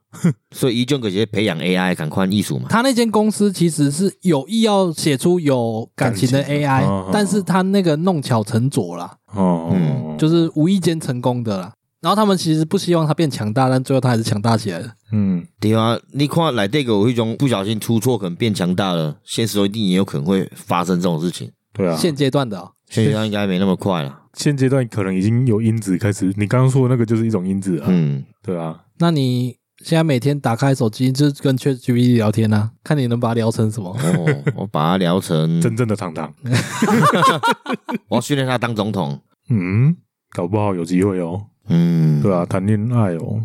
Speaker 4: 所以依旧可以培养 AI 感官艺术嘛。
Speaker 2: 他那间公司其实是有意要写出有感情的
Speaker 3: 感情
Speaker 2: AI，
Speaker 3: 嗯嗯嗯
Speaker 2: 但是他那个弄巧成拙啦，
Speaker 3: 哦，
Speaker 4: 嗯
Speaker 2: 就是无意间成功的啦。然后他们其实不希望它变强大，但最后它还是强大起来了。
Speaker 3: 嗯，
Speaker 4: 对啊，你看来这个有一种不小心出错，可能变强大了，现实中一定也有可能会发生这种事情。
Speaker 3: 对啊。
Speaker 2: 现阶段的、哦，
Speaker 4: 现实上应该没那么快了。
Speaker 3: 现阶段可能已经有因子开始，你刚刚说的那个就是一种因子啊，
Speaker 4: 嗯，
Speaker 3: 对啊，
Speaker 2: 那你现在每天打开手机就是跟 ChatGPT 聊天啊，看你能把它聊成什么。
Speaker 4: 哦，我把它聊
Speaker 2: 嗯
Speaker 4: 成，
Speaker 3: 真正的糖糖，
Speaker 4: 我要训练他当总统。
Speaker 3: 嗯，搞不好有机会哦，
Speaker 4: 嗯，
Speaker 3: 对啊，谈恋爱哦，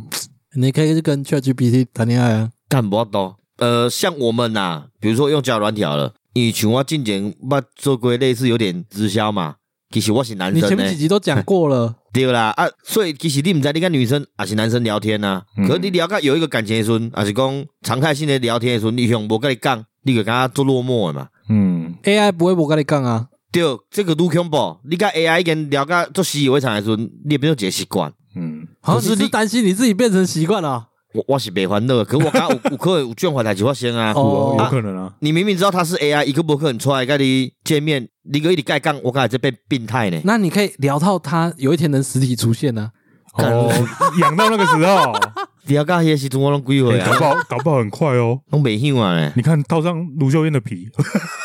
Speaker 2: 你可以去跟 ChatGPT 谈恋爱啊。
Speaker 4: 干不到。呃，像我们呐、比如说用交友软体好了，你像我进前捌做过类似有点直销嘛，其实我是男
Speaker 2: 你
Speaker 4: 生
Speaker 2: 前
Speaker 4: 呢、
Speaker 2: 面几集都讲过了，
Speaker 4: 对啦啊，所以其实你唔知你跟女生还是男生聊天呐、啊，
Speaker 3: 嗯
Speaker 4: 可是你聊到有一个感情的时阵，还啊是讲常态性的聊天的时阵，你向无跟你讲，你就跟他做落寞的嘛。
Speaker 3: 嗯
Speaker 2: AI 不会我跟你讲啊，
Speaker 4: 对，这个愈恐怖，你跟 AI 已经聊到做习以为常的时阵，你也变成一个习惯。
Speaker 3: 嗯，
Speaker 2: 好，
Speaker 4: 可是
Speaker 2: 你是
Speaker 4: 你
Speaker 2: 担心你自己变成习惯了。
Speaker 4: 我我是袂烦恼的，可是我刚有有可能有卷发代志发生啊。
Speaker 2: 哦
Speaker 3: 有有可能啊，
Speaker 4: 你明明知道他是 AI，一个博客很出来跟你见面，你个一直盖杠，我感觉这变病态呢。
Speaker 2: 那你可以聊到它有一天能实体出现啊呢、
Speaker 4: 干
Speaker 3: 哦，养到那个时候，
Speaker 4: 聊到迄个时阵我拢几岁
Speaker 3: 欸搞
Speaker 4: 啊，
Speaker 3: 不好搞不好很快哦，
Speaker 4: 拢袂兴啊呢。
Speaker 3: 你看套上卢秀燕的皮，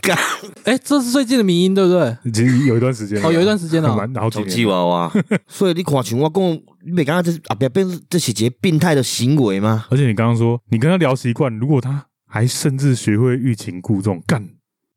Speaker 4: 干
Speaker 2: 啊。哎，这是最近的迷因对不对？
Speaker 3: 其实有一段时间了
Speaker 2: 哦，有一段时间了、哦
Speaker 3: 蛮好几
Speaker 4: 手机
Speaker 3: 年了，
Speaker 4: 娃娃， 所以你看像我讲，你袂感觉这阿伯变这是一个病态的行为吗？
Speaker 3: 而且你刚刚说你跟他聊习惯，如果他还甚至学会欲擒故纵，干，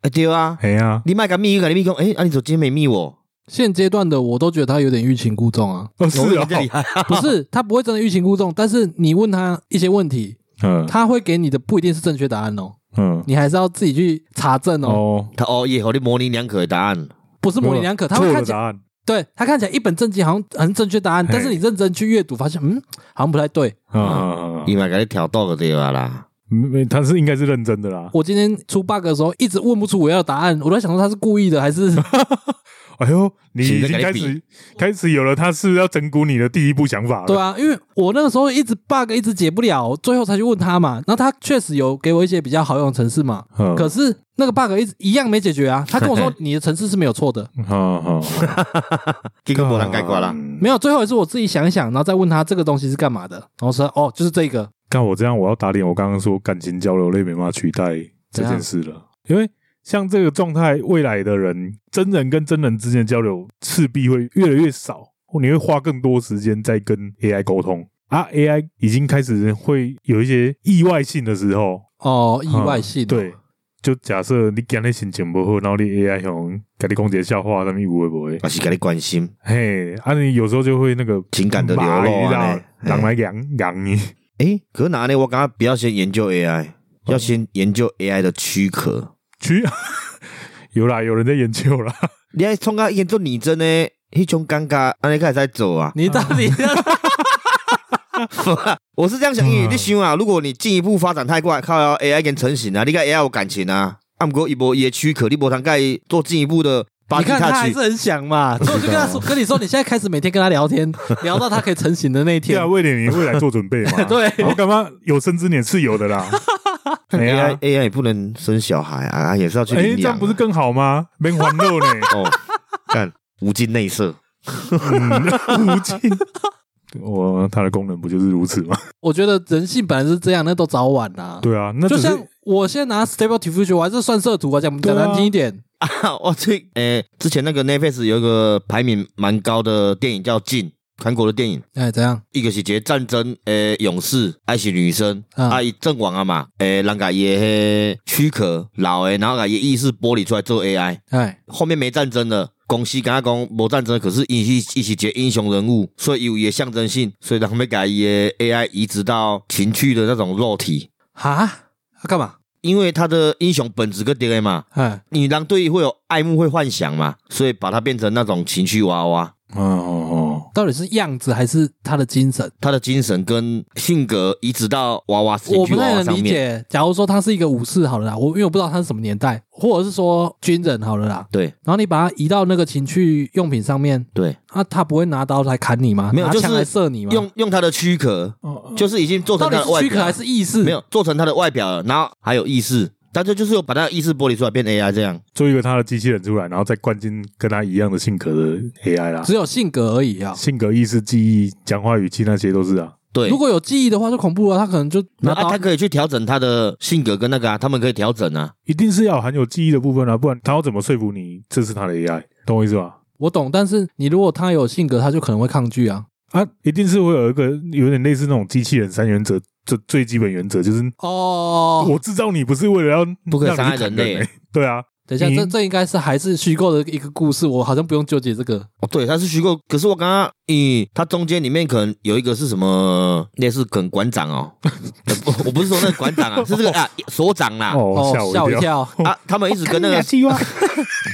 Speaker 4: 啊对啊，
Speaker 3: 哎呀，，
Speaker 4: 你莫甲密，甲你密讲，诶、啊你手机没密我，
Speaker 2: 现阶段的我都觉得它有点欲擒故纵啊
Speaker 3: 哦是
Speaker 4: 哦
Speaker 3: 啊
Speaker 4: 你，这厉害啊，
Speaker 2: 不是它不会真的欲擒故纵，但是你问它一些问题，
Speaker 3: 嗯
Speaker 2: 它会给你的不一定是正确答案哦，
Speaker 3: 嗯，
Speaker 2: 你还是要自己去查证哦，
Speaker 3: 哦，
Speaker 4: 他哦也和你模棱两可的答 案，
Speaker 2: 不是模棱两可，它
Speaker 3: 错
Speaker 2: 会
Speaker 3: 了
Speaker 2: 看起来
Speaker 3: 答案，
Speaker 2: 对它看起来一本正经，好像很正确答案，
Speaker 3: 嘿
Speaker 2: 但是你认真去阅读，发现嗯，好像不太对。
Speaker 3: 啊啊啊啊
Speaker 4: 伊嘛甲你挑逗就对啊啦。
Speaker 3: 没没，他是应该是认真的啦。
Speaker 2: 我今天出 bug 的时候，一直问不出我要的答案，我都在想说他是故意的还是
Speaker 3: 哎呦，你
Speaker 4: 其实
Speaker 3: 已
Speaker 4: 在
Speaker 3: 经
Speaker 4: 改
Speaker 3: 开
Speaker 4: 笔
Speaker 3: 始开始有了他是不是要整蛊你的第一步想法了。
Speaker 2: 对，啊？因为我那个时候一直 bug 一直解不了，最后才去问他嘛。然后他确实有给我一些比较好用的程式嘛，
Speaker 3: 嗯，
Speaker 2: 可是那个 bug 一直一样没解决啊。他跟我 说你的程式是没有错的，
Speaker 3: 好好，
Speaker 4: 结果无人解决 啦，
Speaker 3: 嗯
Speaker 2: 没有。最后也是我自己想一想，然后再问他这个东西是干嘛的，然后说哦，就是这个。
Speaker 3: 干我这样，我要打脸我刚刚说感情交流类没办法取代这件事了，因为像这个状态，未来的人真人跟真人之间的交流势必会越来越少，或你会花更多时间在跟 AI 沟通。啊，AI 已经开始会有一些意外性的时候，
Speaker 2: 哦，意外性、。
Speaker 3: 嗯对，，就假设你今日心情不好，然后你 AI 用给你讲一个笑话，他们有会不会？
Speaker 4: 嘛是甲你关心
Speaker 3: 嘿，啊，你有时候就会那个
Speaker 4: 情感的流露
Speaker 3: 麻
Speaker 4: 啊
Speaker 3: 痹。到人来养养你。
Speaker 4: 诶、可是哪呢？我感觉不要先研究 AI，要先研究 AI 的躯壳。
Speaker 3: 去，有啦，有人在研究啦。
Speaker 4: 你爱创到已经做拟真诶，迄种尴尬，安尼才会使做啊
Speaker 2: 你到底
Speaker 3: 嗯
Speaker 4: 我是这样想，因为
Speaker 3: 嗯
Speaker 4: 你想啊，如果你进一步发展太快，靠要 AI 已经成型啊，你甲 AI 有感情啊，啊，毋过伊无伊诶躯壳，你无通甲伊做进一步的巴
Speaker 2: 你
Speaker 4: 基
Speaker 2: 看他
Speaker 4: 塔
Speaker 2: 还
Speaker 4: 曲
Speaker 2: 是。很想 嘛，所以我就跟他说，跟你说，你现在开始每天跟他聊天，聊到他可以成型的那一
Speaker 3: 对
Speaker 2: 天
Speaker 3: 啊，。为了你未来做准备 嘛。
Speaker 2: 对
Speaker 3: 我干嘛有生之年是有的啦。 哎
Speaker 4: AI
Speaker 3: 呀，
Speaker 4: AI 也不能生小孩啊，啊也是要去
Speaker 3: 哎，
Speaker 4: 领
Speaker 3: 这
Speaker 4: 养
Speaker 3: 样
Speaker 4: 啊。
Speaker 3: 不是更好吗？没还肉呢，
Speaker 4: 哦， 干无尽内射，
Speaker 3: 嗯 无 尽。我它的功能不就是如此吗？
Speaker 2: 我觉得人性本来是这样，那都早晚啦。
Speaker 3: 对啊，那
Speaker 2: 就
Speaker 3: 只是
Speaker 2: 像我现在拿 Stable Diffusion，我还是算色图啊，讲
Speaker 3: 对
Speaker 2: 讲
Speaker 3: 啊
Speaker 2: 难听一点，
Speaker 4: 哦，这诶、之前那个 Netflix 有一个排名蛮高的电影叫《镜》，韩国的电影，
Speaker 2: 哎，怎样？
Speaker 4: 一个是一个战争诶、勇士，爱是女生，
Speaker 2: 嗯
Speaker 4: 啊伊阵亡啊嘛，诶、人家伊诶躯壳老诶，然后把伊意识剥离出来做 AI，
Speaker 2: 哎，
Speaker 4: 后面没战争了。公司跟他讲无战争，可是伊是伊是一个英雄人物，所以伊有伊的象征性，所以人们把伊的 AI 移植到情趣的那种肉体，
Speaker 2: 哈，他干嘛？
Speaker 4: 因为他的英雄本质跟 DNA 嘛，
Speaker 2: 哎，
Speaker 4: 你让对会有爱慕，会幻想嘛，所以把它变成那种情绪娃娃。
Speaker 3: 哦哦
Speaker 2: 到底是样子还是他的精神？
Speaker 4: 他的精神跟性格移植到娃娃情
Speaker 2: 我
Speaker 4: 绪
Speaker 2: 不
Speaker 4: 娃
Speaker 2: 太
Speaker 4: 娃
Speaker 2: 能
Speaker 4: 上
Speaker 2: 理
Speaker 4: 面。
Speaker 2: 解。假如说他是一个武士好了啦，我因为我不知道他是什么年代，或者是说军人好了啦，
Speaker 4: 对
Speaker 2: 然后你把它移到那个情趣用品上面，
Speaker 4: 对，
Speaker 2: 啊，他不会拿刀来砍你吗？
Speaker 4: 没有
Speaker 2: 拿
Speaker 4: 就
Speaker 2: 枪
Speaker 4: 是
Speaker 2: 来射你吗？
Speaker 4: 用用他的躯壳，
Speaker 3: 哦哦，
Speaker 4: 就是已经做
Speaker 2: 到
Speaker 4: 成
Speaker 2: 底
Speaker 4: 他的
Speaker 2: 是
Speaker 4: 外
Speaker 2: 躯壳
Speaker 4: 表
Speaker 2: 还
Speaker 4: 了，
Speaker 2: 是意识？
Speaker 4: 没有做成他的外表了，然后还有意识，但这就是有把他的意识剥离出来变 AI 这样。
Speaker 3: 做一个它的机器人出来，然后再灌进跟它一样的性格的 AI 啦。
Speaker 2: 只有性格而已啊。
Speaker 3: 性格、意识、记忆、讲话语气那些都是啊。
Speaker 4: 对
Speaker 2: 如，果有记忆的话，就恐怖了。他可能就拿
Speaker 4: 那啊
Speaker 2: 刀
Speaker 4: 他可以去调整他的性格跟那个啊，他们可以调整啊。
Speaker 3: 一定是要含有记忆的部分啊，不然他要怎么说服你这是他的 AI？懂我意思吧？
Speaker 2: 我懂，但是你如果他有性格，他就可能会抗拒啊。
Speaker 3: 啊，一定是会有一个有点类似那种机器人三原则，这最基本原则就是
Speaker 2: 哦，
Speaker 3: 我制造你不是为了要
Speaker 4: 不可以
Speaker 3: 让你
Speaker 4: 伤害
Speaker 3: 去
Speaker 4: 人
Speaker 3: 砍
Speaker 4: 类
Speaker 3: 欸对啊，
Speaker 2: 等一下，
Speaker 3: 你
Speaker 2: 这这应该是还是虚构的一个故事，我好像不用纠结这个。
Speaker 4: 哦，对，他是虚构，可是我刚刚，咦，他中间里面可能有一个是什么，类似可能馆长哦，呃不我不是说那个馆长啊，是这个啊所长啦，
Speaker 3: 哦，吓
Speaker 2: 吓
Speaker 3: 我
Speaker 2: 我
Speaker 3: 一跳。
Speaker 2: 跳。
Speaker 4: 啊，他们一直跟 那个啊
Speaker 3: 计划，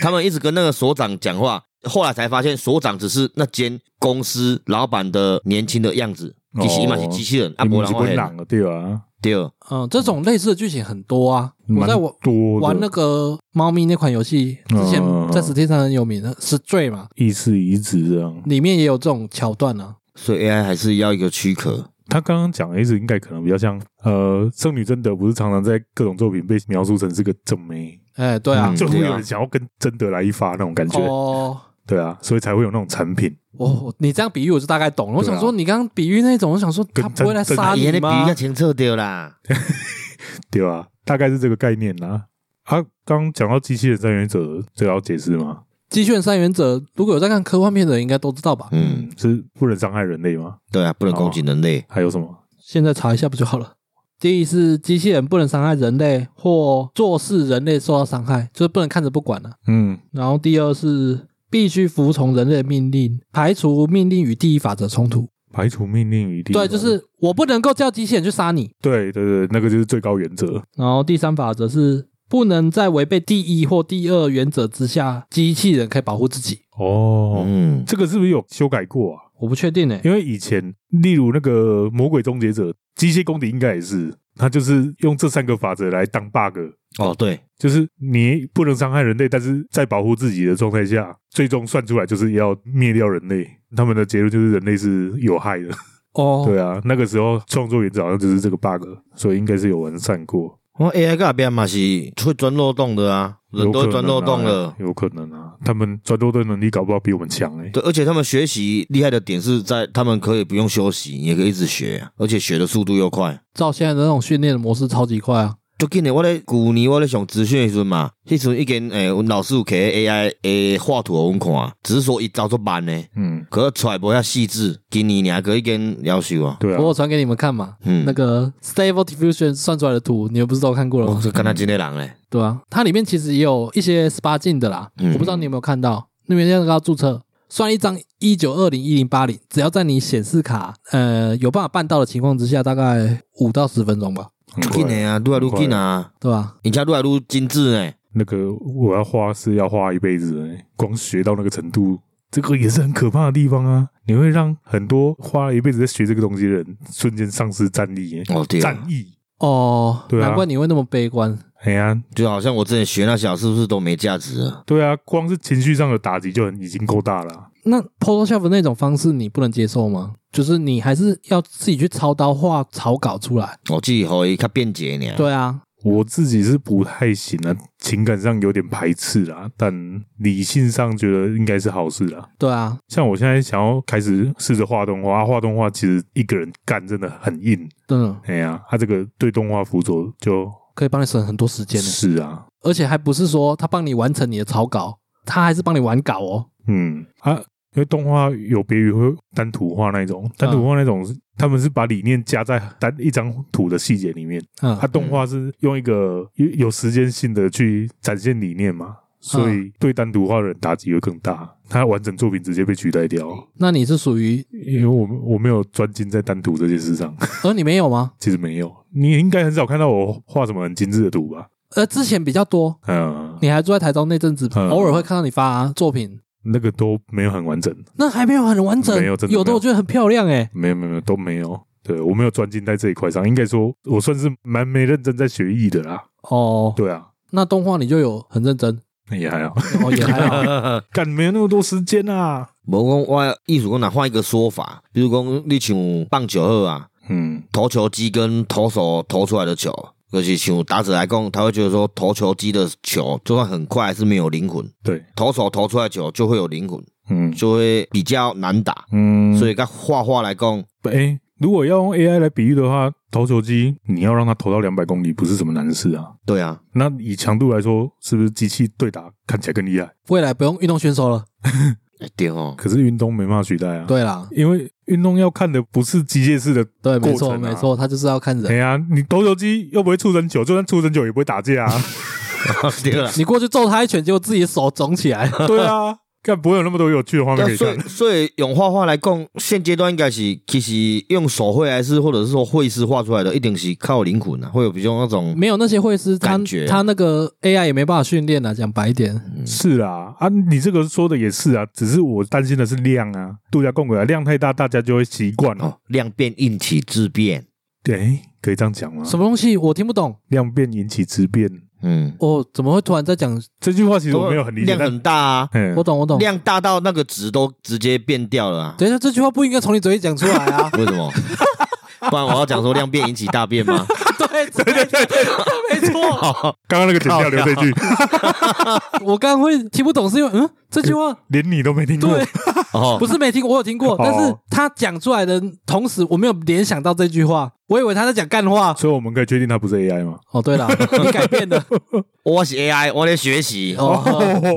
Speaker 4: 他们一直跟那个所长讲话，后来才发现所长只是那间公司老板的年轻的样子，
Speaker 3: 哦
Speaker 4: 其实伊嘛是机器人，啊，
Speaker 3: 你
Speaker 4: 无
Speaker 3: 们
Speaker 4: 人
Speaker 3: 是
Speaker 4: 会
Speaker 3: 本
Speaker 4: 黑
Speaker 3: 狼的对啊，
Speaker 4: 对，哦
Speaker 2: 嗯，这种类似的剧情很多啊。我
Speaker 3: 蛮
Speaker 2: 在我
Speaker 3: 多的
Speaker 2: 玩那个猫咪那款游戏之前
Speaker 3: 嗯，
Speaker 2: 在 Steam 上很有名的《Stray》嘛，
Speaker 3: 意识移植这样。
Speaker 2: 里面也有这种桥段啊。
Speaker 4: 所以 AI 还是要一个躯壳。
Speaker 3: 他刚刚讲的意思应该可能比较像，呃，圣女贞德不是常常在各种作品被描述成是个正妹，
Speaker 2: 哎，对啊
Speaker 4: 嗯，
Speaker 3: 就会
Speaker 4: 对啊
Speaker 3: 有人想要跟贞德来一发那种感觉，
Speaker 2: 哦。
Speaker 3: 对啊，所以才会有那种产品。
Speaker 2: 哦，你这样比喻我就大概懂了。我
Speaker 3: 嗯对啊
Speaker 2: 想说，你刚刚比喻那种，我想说他不会来杀
Speaker 4: 啊，
Speaker 2: 你
Speaker 4: 伊那比
Speaker 2: 吗
Speaker 4: 较？清澈对啦，
Speaker 3: 对啊，大概是这个概念啦。啊，刚讲到机器人三原则，这个要解释吗？
Speaker 2: 机器人三原则，如果有在看科幻片的，人应该都知道吧？
Speaker 4: 嗯，，
Speaker 3: 是不能伤害人类吗？
Speaker 4: 对啊，不能攻击人类，
Speaker 3: 还有什么？
Speaker 2: 现在查一下不就好了？第一是机器人不能伤害人类或做事人类受到伤害，就是不能看着不管了、
Speaker 3: 嗯，
Speaker 2: 然后第二是必须服从人类的命令，排除命令与第一法则冲突。
Speaker 3: 排除命令与地。
Speaker 2: 对，就是我不能够叫机器人去杀你。
Speaker 3: 对对对，那个就是最高原则。
Speaker 2: 然后第三法则是不能在违背第一或第二原则之下，机器人可以保护自己。
Speaker 3: 哦，
Speaker 4: 嗯，
Speaker 3: 这个是不是有修改过啊？
Speaker 2: 我不确定诶、欸
Speaker 3: 因为以前，例如那个《魔鬼终结者》，机械公敌应该也是，他就是用这三个法则来当 bug，
Speaker 4: 哦对，
Speaker 3: 就是你不能伤害人类，但是在保护自己的状态下，最终算出来就是要灭掉人类。他们的结论就是人类是有害的。
Speaker 2: 哦，
Speaker 3: 对啊，那个时候创作原则好像就是这个 bug，所以应该是有完善过。
Speaker 4: 我 AI 哦跟那边嘛是会钻漏洞的啊，人都会钻漏洞了。
Speaker 3: 有可能啊，有可能啊他们钻漏洞的能力搞不好比我们强哎、
Speaker 4: 对，而且他们学习厉害的点是在他们可以不用休息，也可以一直学啊，而且学的速度又快。
Speaker 2: 照现在的那种训练的模式超级快啊！
Speaker 4: 最近的我咧旧年我咧上资讯的时阵嘛，迄时阵已经诶，阮、老师有摕 AI 诶画图互阮看，只是说伊走足慢呢，
Speaker 3: 嗯，
Speaker 4: 可是出来无遐细致。今年两个已经了收啊，
Speaker 3: 对啊
Speaker 2: 我，有传给你们看嘛，
Speaker 4: 嗯，
Speaker 2: 那个 Stable Diffusion 算出来的图，你们不是都看过了
Speaker 4: 我
Speaker 3: 嗯
Speaker 2: 吗？
Speaker 4: 是看他真个人咧，
Speaker 2: 对啊，它里面其实也有一些十八禁的啦，
Speaker 4: 嗯
Speaker 2: 我不知道你有没有看到，那边要要注册。算一张一九二零一零八零，只要在你显示卡呃有办法办到的情况之下，大概五到十分钟吧，
Speaker 3: 嗯很
Speaker 4: 最近
Speaker 3: 快
Speaker 4: 的啊，愈来愈紧啊，
Speaker 2: 对吧？
Speaker 4: 而且愈来愈精致呢。
Speaker 3: 那个我要花是要花一辈子的欸，光学到那个程度，这个也是很可怕的地方啊！你会让很多花了一辈子在学这个东西的人，瞬间丧失战力欸，
Speaker 4: 哦，对啊，
Speaker 3: 战意。
Speaker 2: 哦，
Speaker 3: 对啊
Speaker 2: 难怪你会那么悲观。
Speaker 3: 哎呀，
Speaker 4: 就好像我之前学那小是不是都没价值了？
Speaker 3: 对啊，光是情绪上的打击就很已经够大了啊、
Speaker 2: 那 Photoshop 那种方式你不能接受吗？就是你还是要自己去操刀画草稿出来。
Speaker 4: 我自己可以较便捷
Speaker 3: 嗯
Speaker 4: 呢。
Speaker 2: 对啊，
Speaker 3: 我自己是不太行啊，情感上有点排斥啦，但理性上觉得应该是好事啦。
Speaker 2: 对啊，
Speaker 3: 像我现在想要开始试着画动画，啊画动画其实一个人干真的很硬，
Speaker 2: 嗯，
Speaker 3: 哎呀、他、这个对动画辅佐就
Speaker 2: 可以帮你省很多时间呢。
Speaker 3: 是啊，
Speaker 2: 而且还不是说他帮你完成你的草稿，他还是帮你完稿哦。
Speaker 3: 嗯啊，因为动画有别于会单图画那
Speaker 2: 嗯
Speaker 3: 种，单图画那种是、他们是把理念加在单一张图的细节里面，
Speaker 2: 嗯
Speaker 3: 它、，动画是用一个有有时间性的去展现理念嘛，
Speaker 2: 嗯
Speaker 3: 所以对单独画的人打击会更大，他完整作品直接被取代掉。
Speaker 2: 那你是属于，
Speaker 3: 因为我我没有专精在单独这件事上，
Speaker 2: 而呃你没有吗？
Speaker 3: 其实没有，你应该很少看到我画什么很精致的图吧？
Speaker 2: 呃，之前比较多，
Speaker 3: 嗯，
Speaker 2: 你还住在台中那阵子，
Speaker 3: 嗯
Speaker 2: 偶尔会看到你发、作品，
Speaker 3: 那个都没有很完整，
Speaker 2: 那还没有很完整，
Speaker 3: 没有真的
Speaker 2: 有的
Speaker 3: 没有
Speaker 2: 我觉得很漂亮哎、
Speaker 3: 没有没有没有都没有。对我没有专精在这一块上，应该说我算是蛮没认真在学艺的啦。
Speaker 2: 哦，
Speaker 3: 对啊，
Speaker 2: 那动画你就有很认真，
Speaker 3: 那也还好，
Speaker 2: 哦也还
Speaker 3: 啊
Speaker 2: 好，
Speaker 3: 干没有那么多时间啊。
Speaker 4: 无讲我意思讲，若换一个说法，比如讲你像棒球好啊，
Speaker 3: 嗯，
Speaker 4: 投球机跟投手投出来的球，就是像打者来讲，他会觉得说投球机的球就算很快，还是没有灵魂；
Speaker 3: 对，
Speaker 4: 投手投出来的球就会有灵魂，
Speaker 3: 嗯
Speaker 4: 就会比较难打。
Speaker 3: 嗯，
Speaker 4: 所以，跟画画来讲，
Speaker 3: 哎、如果要用 AI 来比喻的话，投球机你要让它投到两百公里，不是什么难事啊。
Speaker 4: 对啊，
Speaker 3: 那以强度来说，是不是机器对打看起来更厉害？
Speaker 2: 未来不用运动选手了。
Speaker 4: 哎对哦，
Speaker 3: 可是运动没办法取代啊。，
Speaker 2: 对啦，
Speaker 3: 因为运动要看的不是机械式的。
Speaker 2: 对，没
Speaker 3: 过
Speaker 2: 错
Speaker 3: 程啊
Speaker 2: 没错，他就是要看
Speaker 3: 哎
Speaker 2: 人。
Speaker 3: 呀、你投球机又不会出人球，就算出人球也不会打架啊。
Speaker 4: 对 了。
Speaker 2: 你过去揍他一拳，结果自己手肿起来。
Speaker 3: 对啊，干不会有那么多有趣的画面可
Speaker 4: 但
Speaker 3: 以
Speaker 4: 所以
Speaker 3: 看。
Speaker 4: 所以用画画来讲，现阶段应该是其实用手绘还是或者是说绘师画出来的，一定是靠灵魂啊，会有比较那种
Speaker 2: 没有那些会师，他
Speaker 4: 感觉
Speaker 2: 他那个 AI 也没办法训练啊，讲白一点，
Speaker 3: 是啦，啊，你这个说的也是啊，只是我担心的是量啊，度假共轨啊，量太大，大家就会习惯了。
Speaker 4: 哦量变引起质变，
Speaker 3: 对、可以这样讲吗？
Speaker 2: 什么东西我听不懂。
Speaker 3: 量变引起质变，
Speaker 4: 嗯，
Speaker 2: 哦，怎么会突然在讲？
Speaker 3: 这句话其实我没有很理解，
Speaker 4: 量
Speaker 3: 但
Speaker 4: 很大啊，
Speaker 3: 嗯
Speaker 2: 我懂，我懂。
Speaker 4: 量大到那个值都直接变掉了啊？！
Speaker 2: 等一下，这句话不应该从你嘴里讲出来啊
Speaker 4: 为什么？不然我要讲说量变引起大变 吗？
Speaker 2: 对对对对对，没错。
Speaker 3: 刚刚那个剪掉留这句，
Speaker 2: 我刚刚会听不懂，是因为嗯，这句话
Speaker 3: 连你都没听过
Speaker 2: 对，
Speaker 4: 哦，
Speaker 2: 不是没听过，我有听过
Speaker 3: 哦，
Speaker 2: 但是他讲出来的同时，我没有联想到这句话，我以为他在讲干话。
Speaker 3: 所以我们可以确定它不是 AI 吗？
Speaker 2: 哦，对了， 你改变了。
Speaker 4: 我是 AI，我在学习。
Speaker 2: 哦，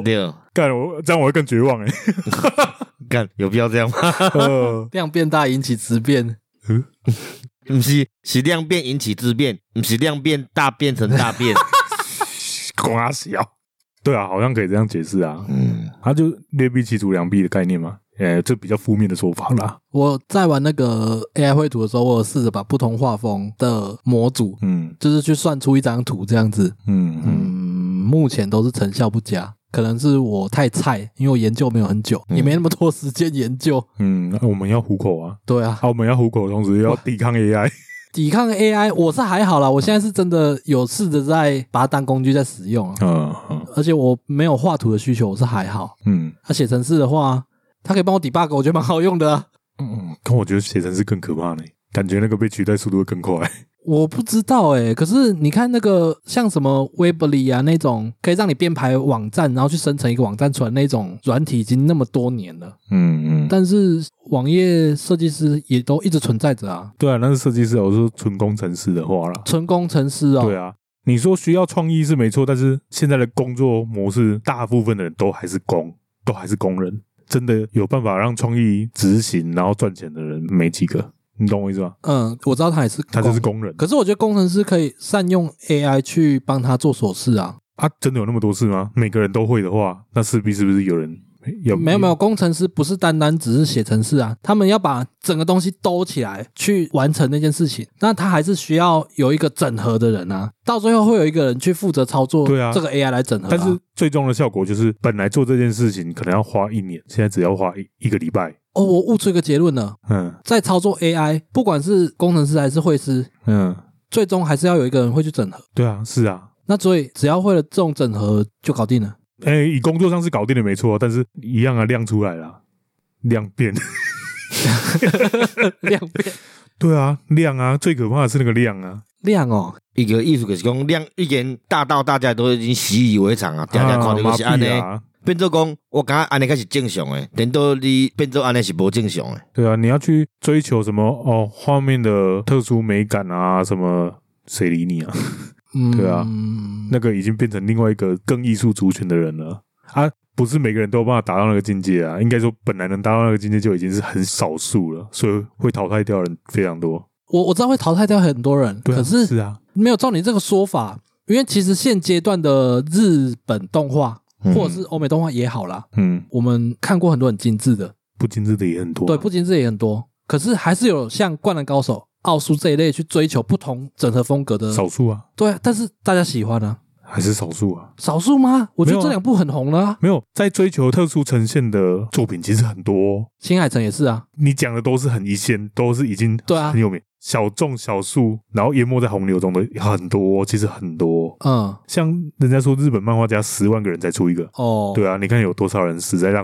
Speaker 4: 对，
Speaker 3: 干我这样我会更绝望哎、
Speaker 4: 干有必要这样吗？
Speaker 3: 呃，
Speaker 2: 量变大引起质变。
Speaker 4: 不是，是量变引起质变，不是量变大变成大 变。
Speaker 3: 公阿小，对啊，好像可以这样解释啊，
Speaker 4: 嗯，
Speaker 3: 它就劣币驱逐良币的概念嘛，呃、这比较负面的说法啦，
Speaker 2: 我在玩那个 AI 绘图的时候，我有试着把不同画风的模组，
Speaker 3: 嗯
Speaker 2: 就是去算出一张图这样子。嗯，
Speaker 3: 嗯嗯，
Speaker 2: 目前都是成效不佳，可能是我太菜，因为我研究没有很久，
Speaker 4: 嗯
Speaker 2: 也没那么多时间研究。
Speaker 3: 嗯，那我们要糊口啊，
Speaker 2: 对啊，
Speaker 3: 啊，我们要糊口，同时又要抵抗 AI，
Speaker 2: 抵抗 AI 我是还好啦，我现在是真的有试着在把它当工具在使用啊，
Speaker 3: 嗯
Speaker 2: 而且我没有画图的需求，我是还好。
Speaker 3: 嗯
Speaker 2: 它、写程式的话，它可以帮我 debug，我觉得蛮好用的啊、
Speaker 3: 嗯，但我觉得写成是更可怕呢，感觉那个被取代速度会更快，
Speaker 2: 我不知道哎、可是你看那个像什么 Weebly 啊那种可以让你编排网站，然后去生成一个网站出来那种软体，已经那么多年了，
Speaker 3: 嗯嗯，
Speaker 2: 但是网页设计师也都一直存在着啊，
Speaker 3: 对啊，那是设计师啊，我说纯工程师的话啦，
Speaker 2: 纯工程师哦，
Speaker 3: 对啊，你说需要创意是没错，但是现在的工作模式，大部分的人都还是工，都还是工人，真的有办法让创意执行然后赚钱的人没几个，你懂我意思吗？
Speaker 2: 嗯，我知道他也是，
Speaker 3: 他就是。工人
Speaker 2: 可是我觉得工程师可以善用 AI 去帮他做琐事啊，
Speaker 3: 啊，真的有那么多事吗？每个人都会的话，那势必是不是有人有
Speaker 2: 没有没有，工程师不是单单只是写程式啊，他们要把整个东西兜起来去完成那件事情，那他还是需要有一个整合的人啊，到最后会有一个人去负责操作
Speaker 3: 对啊
Speaker 2: 这个 AI 来整
Speaker 4: 嗯
Speaker 2: 合、啊，
Speaker 3: 但是最终的效果就是，本来做这件事情可能要花一年，现在只要花一一个礼拜。
Speaker 2: 哦，我悟出一个结论了，
Speaker 3: 嗯
Speaker 2: 在操作 AI，不管是工程师还是会师，
Speaker 3: 嗯，
Speaker 2: 最终还是要有一个人会去整合。
Speaker 3: 对啊，是啊。
Speaker 2: 那所以只要会了这种整合就搞定了。
Speaker 3: 哎、以工作上是搞定了没错，但是一样啊，量出来了，量变。
Speaker 2: 量变
Speaker 3: 对啊，量啊，最可怕的是那个量啊。
Speaker 2: 量哦，
Speaker 4: 一个艺术就是讲量已经大到大家都已经习以为常啊，常常看到就是
Speaker 3: 啊
Speaker 4: 安
Speaker 3: 麻
Speaker 4: 尼，
Speaker 3: 痹啊。
Speaker 4: 变做讲我感觉安尼才是正常诶，等到你变做安尼是无正常诶。
Speaker 3: 对啊，你要去追求什么哦，画面的特殊美感啊，什么谁理你啊？
Speaker 2: 嗯，
Speaker 3: 对啊，那个已经变成另外一个更艺术族群的人了啊，不是每个人都有办法达到那个境界啊。应该说，本来能达到那个境界就已经是很少数了，所以会淘汰掉的人非常多。
Speaker 2: 我我知道会淘汰掉很多人，
Speaker 3: 对啊，
Speaker 2: 可是
Speaker 3: 是啊，
Speaker 2: 没有照你这个说法，因为其实现阶段的日本动画
Speaker 4: 嗯
Speaker 2: 或者是欧美动画也好啦，
Speaker 3: 嗯，
Speaker 2: 我们看过很多很精致的，
Speaker 3: 不精致的也很多啊、
Speaker 2: 对，不精致也很多，可是还是有像《灌篮高手》。奥数这一类去追求不同整合风格的，
Speaker 3: 少数啊，
Speaker 2: 对啊，但是大家喜欢啊，
Speaker 3: 还是少数啊。
Speaker 2: 少数吗？我觉
Speaker 3: 没
Speaker 2: 得
Speaker 3: 有啊
Speaker 2: 这两部很红了、啊，
Speaker 3: 没有在追求特殊呈现的作品，其实很多哦、
Speaker 2: 新海诚也是啊，
Speaker 3: 你讲的都是很一线，都是已经
Speaker 2: 对啊
Speaker 3: 很有名，小众小数，然后淹没在洪流中的很多，其实很多。
Speaker 2: 嗯，
Speaker 3: 像人家说日本漫画家十万个人才出一个，
Speaker 2: 哦，
Speaker 3: 对啊，你看有多少人死在浪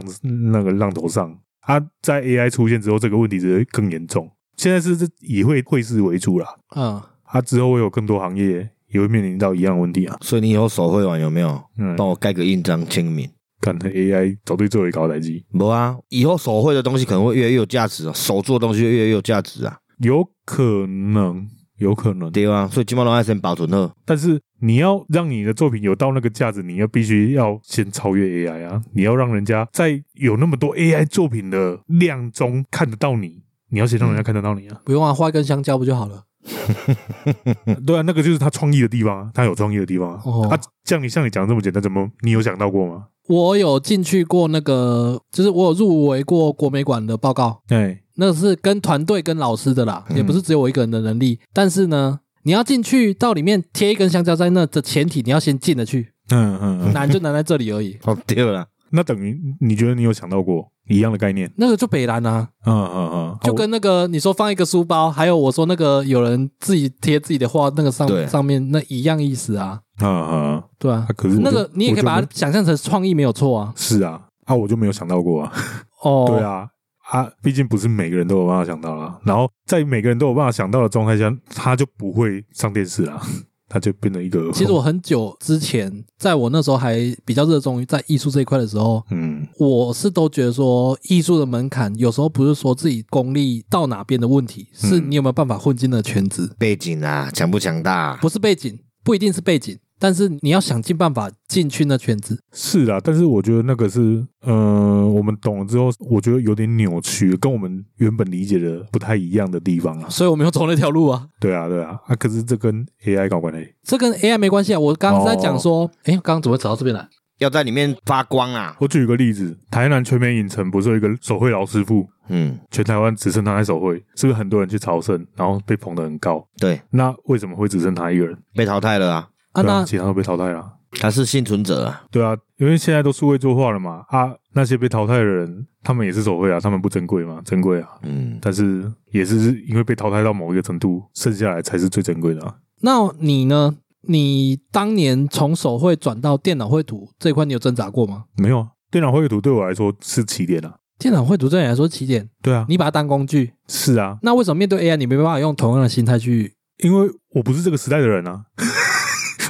Speaker 3: 那个浪头上啊？在 AI 出现之后，这个问题只会更严重。现在是这以会会师为主啦，
Speaker 2: 嗯，
Speaker 3: 啊，之后会有更多行业也会面临到一样的问题啊。
Speaker 4: 所以你以后手绘完有没有？
Speaker 3: 嗯，
Speaker 4: 帮我盖个印章签名。
Speaker 3: 看那 AI 早对作为搞代机，
Speaker 4: 无啊，以后手绘的东西可能会越来越有价值哦，手做的东西会越来越有价值啊，
Speaker 3: 有可能，有可能，
Speaker 4: 对啊，所以金毛龙爱先保存好。
Speaker 3: 但是你要让你的作品有到那个价值，你要必须要先超越 AI 啊！你要让人家在有那么多 AI 作品的量中看得到你，你要先让人家看得到你啊！
Speaker 2: 不用啊，画一根香蕉不就好了？
Speaker 3: 对啊，那个就是他创意的地方啊，他有创意的地方啊！
Speaker 2: 哦
Speaker 3: 啊，像你像你讲的这么简单，怎么你有想到过吗？
Speaker 2: 我有进去过那个，就是我有入围过国美馆的报告，
Speaker 3: 哎，
Speaker 2: 那是跟团队跟老师的啦，
Speaker 4: 嗯
Speaker 2: 也不是只有我一个人的能力。但是呢，你要进去到里面贴一根香蕉在那的前提，你要先进得去，
Speaker 3: 嗯嗯，
Speaker 2: 难就难在这里 而已。
Speaker 4: 哦， 对啦，
Speaker 3: 那等于你觉得你有想到过一样的概念？
Speaker 2: 那个就北兰啊，
Speaker 3: 嗯嗯嗯，
Speaker 2: 就跟那个你说放一个书包，还有我说那个有人自己贴自己的画，那个
Speaker 4: 对
Speaker 2: 上上面那一样意思啊，
Speaker 3: 嗯嗯
Speaker 2: 对啊
Speaker 3: 啊，。可是我就
Speaker 2: 那个你也可以把
Speaker 3: 我就
Speaker 2: 它想象成创意，没有错啊。
Speaker 3: 是啊啊，我就没有想到过啊。
Speaker 2: 哦，
Speaker 3: 对，啊，啊，毕竟不是每个人都有办法想到啦。然后在每个人都有办法想到的状态下，他就不会上电视啦， 他就变成一个。
Speaker 2: 其实我很久之前，在我那时候还比较热衷于在艺术这一块的时候，
Speaker 3: 嗯
Speaker 2: 我是都觉得说，艺术的门槛有时候不是说自己功力到哪边的问题，是
Speaker 3: 嗯
Speaker 2: 你有没有办法混进了圈子，
Speaker 4: 背景啊，强不强大、啊？
Speaker 2: 不是背景，不一定是背景，但是你要想尽办法进去那圈子。
Speaker 3: 是啦，但是我觉得那个是，呃，我们懂了之后，我觉得有点扭曲，跟我们原本理解的不太一样的地方啊。
Speaker 2: 所以我没有走那条路啊，
Speaker 3: 对啊，对啊，啊，可是这跟 AI 搞关系，
Speaker 2: 这跟 AI 没关系啊。我刚刚是在讲说，诶，刚刚怎么会走到这边来？
Speaker 4: 要在里面发光啊！
Speaker 3: 我举一个例子，台南全美影城不是有一个手绘老师傅，
Speaker 4: 嗯，
Speaker 3: 全台湾只剩他在手绘，是不是很多人去朝圣，然后被捧得很高？
Speaker 4: 对，
Speaker 3: 那为什么会只剩他一个人？
Speaker 4: 被淘汰了啊，
Speaker 2: 啊，
Speaker 3: 对啊
Speaker 2: 那
Speaker 3: 其他都被淘汰了。
Speaker 4: 他是幸存者啊。
Speaker 3: 对啊，因为现在都数位作画了嘛，啊，那些被淘汰的人，他们也是手绘啊，他们不珍贵嘛，珍贵啊，
Speaker 4: 嗯，
Speaker 3: 但是也是因为被淘汰到某一个程度，剩下来才是最珍贵的、啊。
Speaker 2: 那你呢？你当年从手绘转到电脑绘图这一块，你有挣扎过吗？
Speaker 3: 没有啊，电脑绘图对我来说是起点啊。
Speaker 2: 电脑绘图对你来说起点，
Speaker 3: 对啊，
Speaker 2: 你把它当工具，
Speaker 3: 是啊，
Speaker 2: 那为什么面对 AI 你没办法用同样的心态去？
Speaker 3: 因为我不是这个时代的人啊，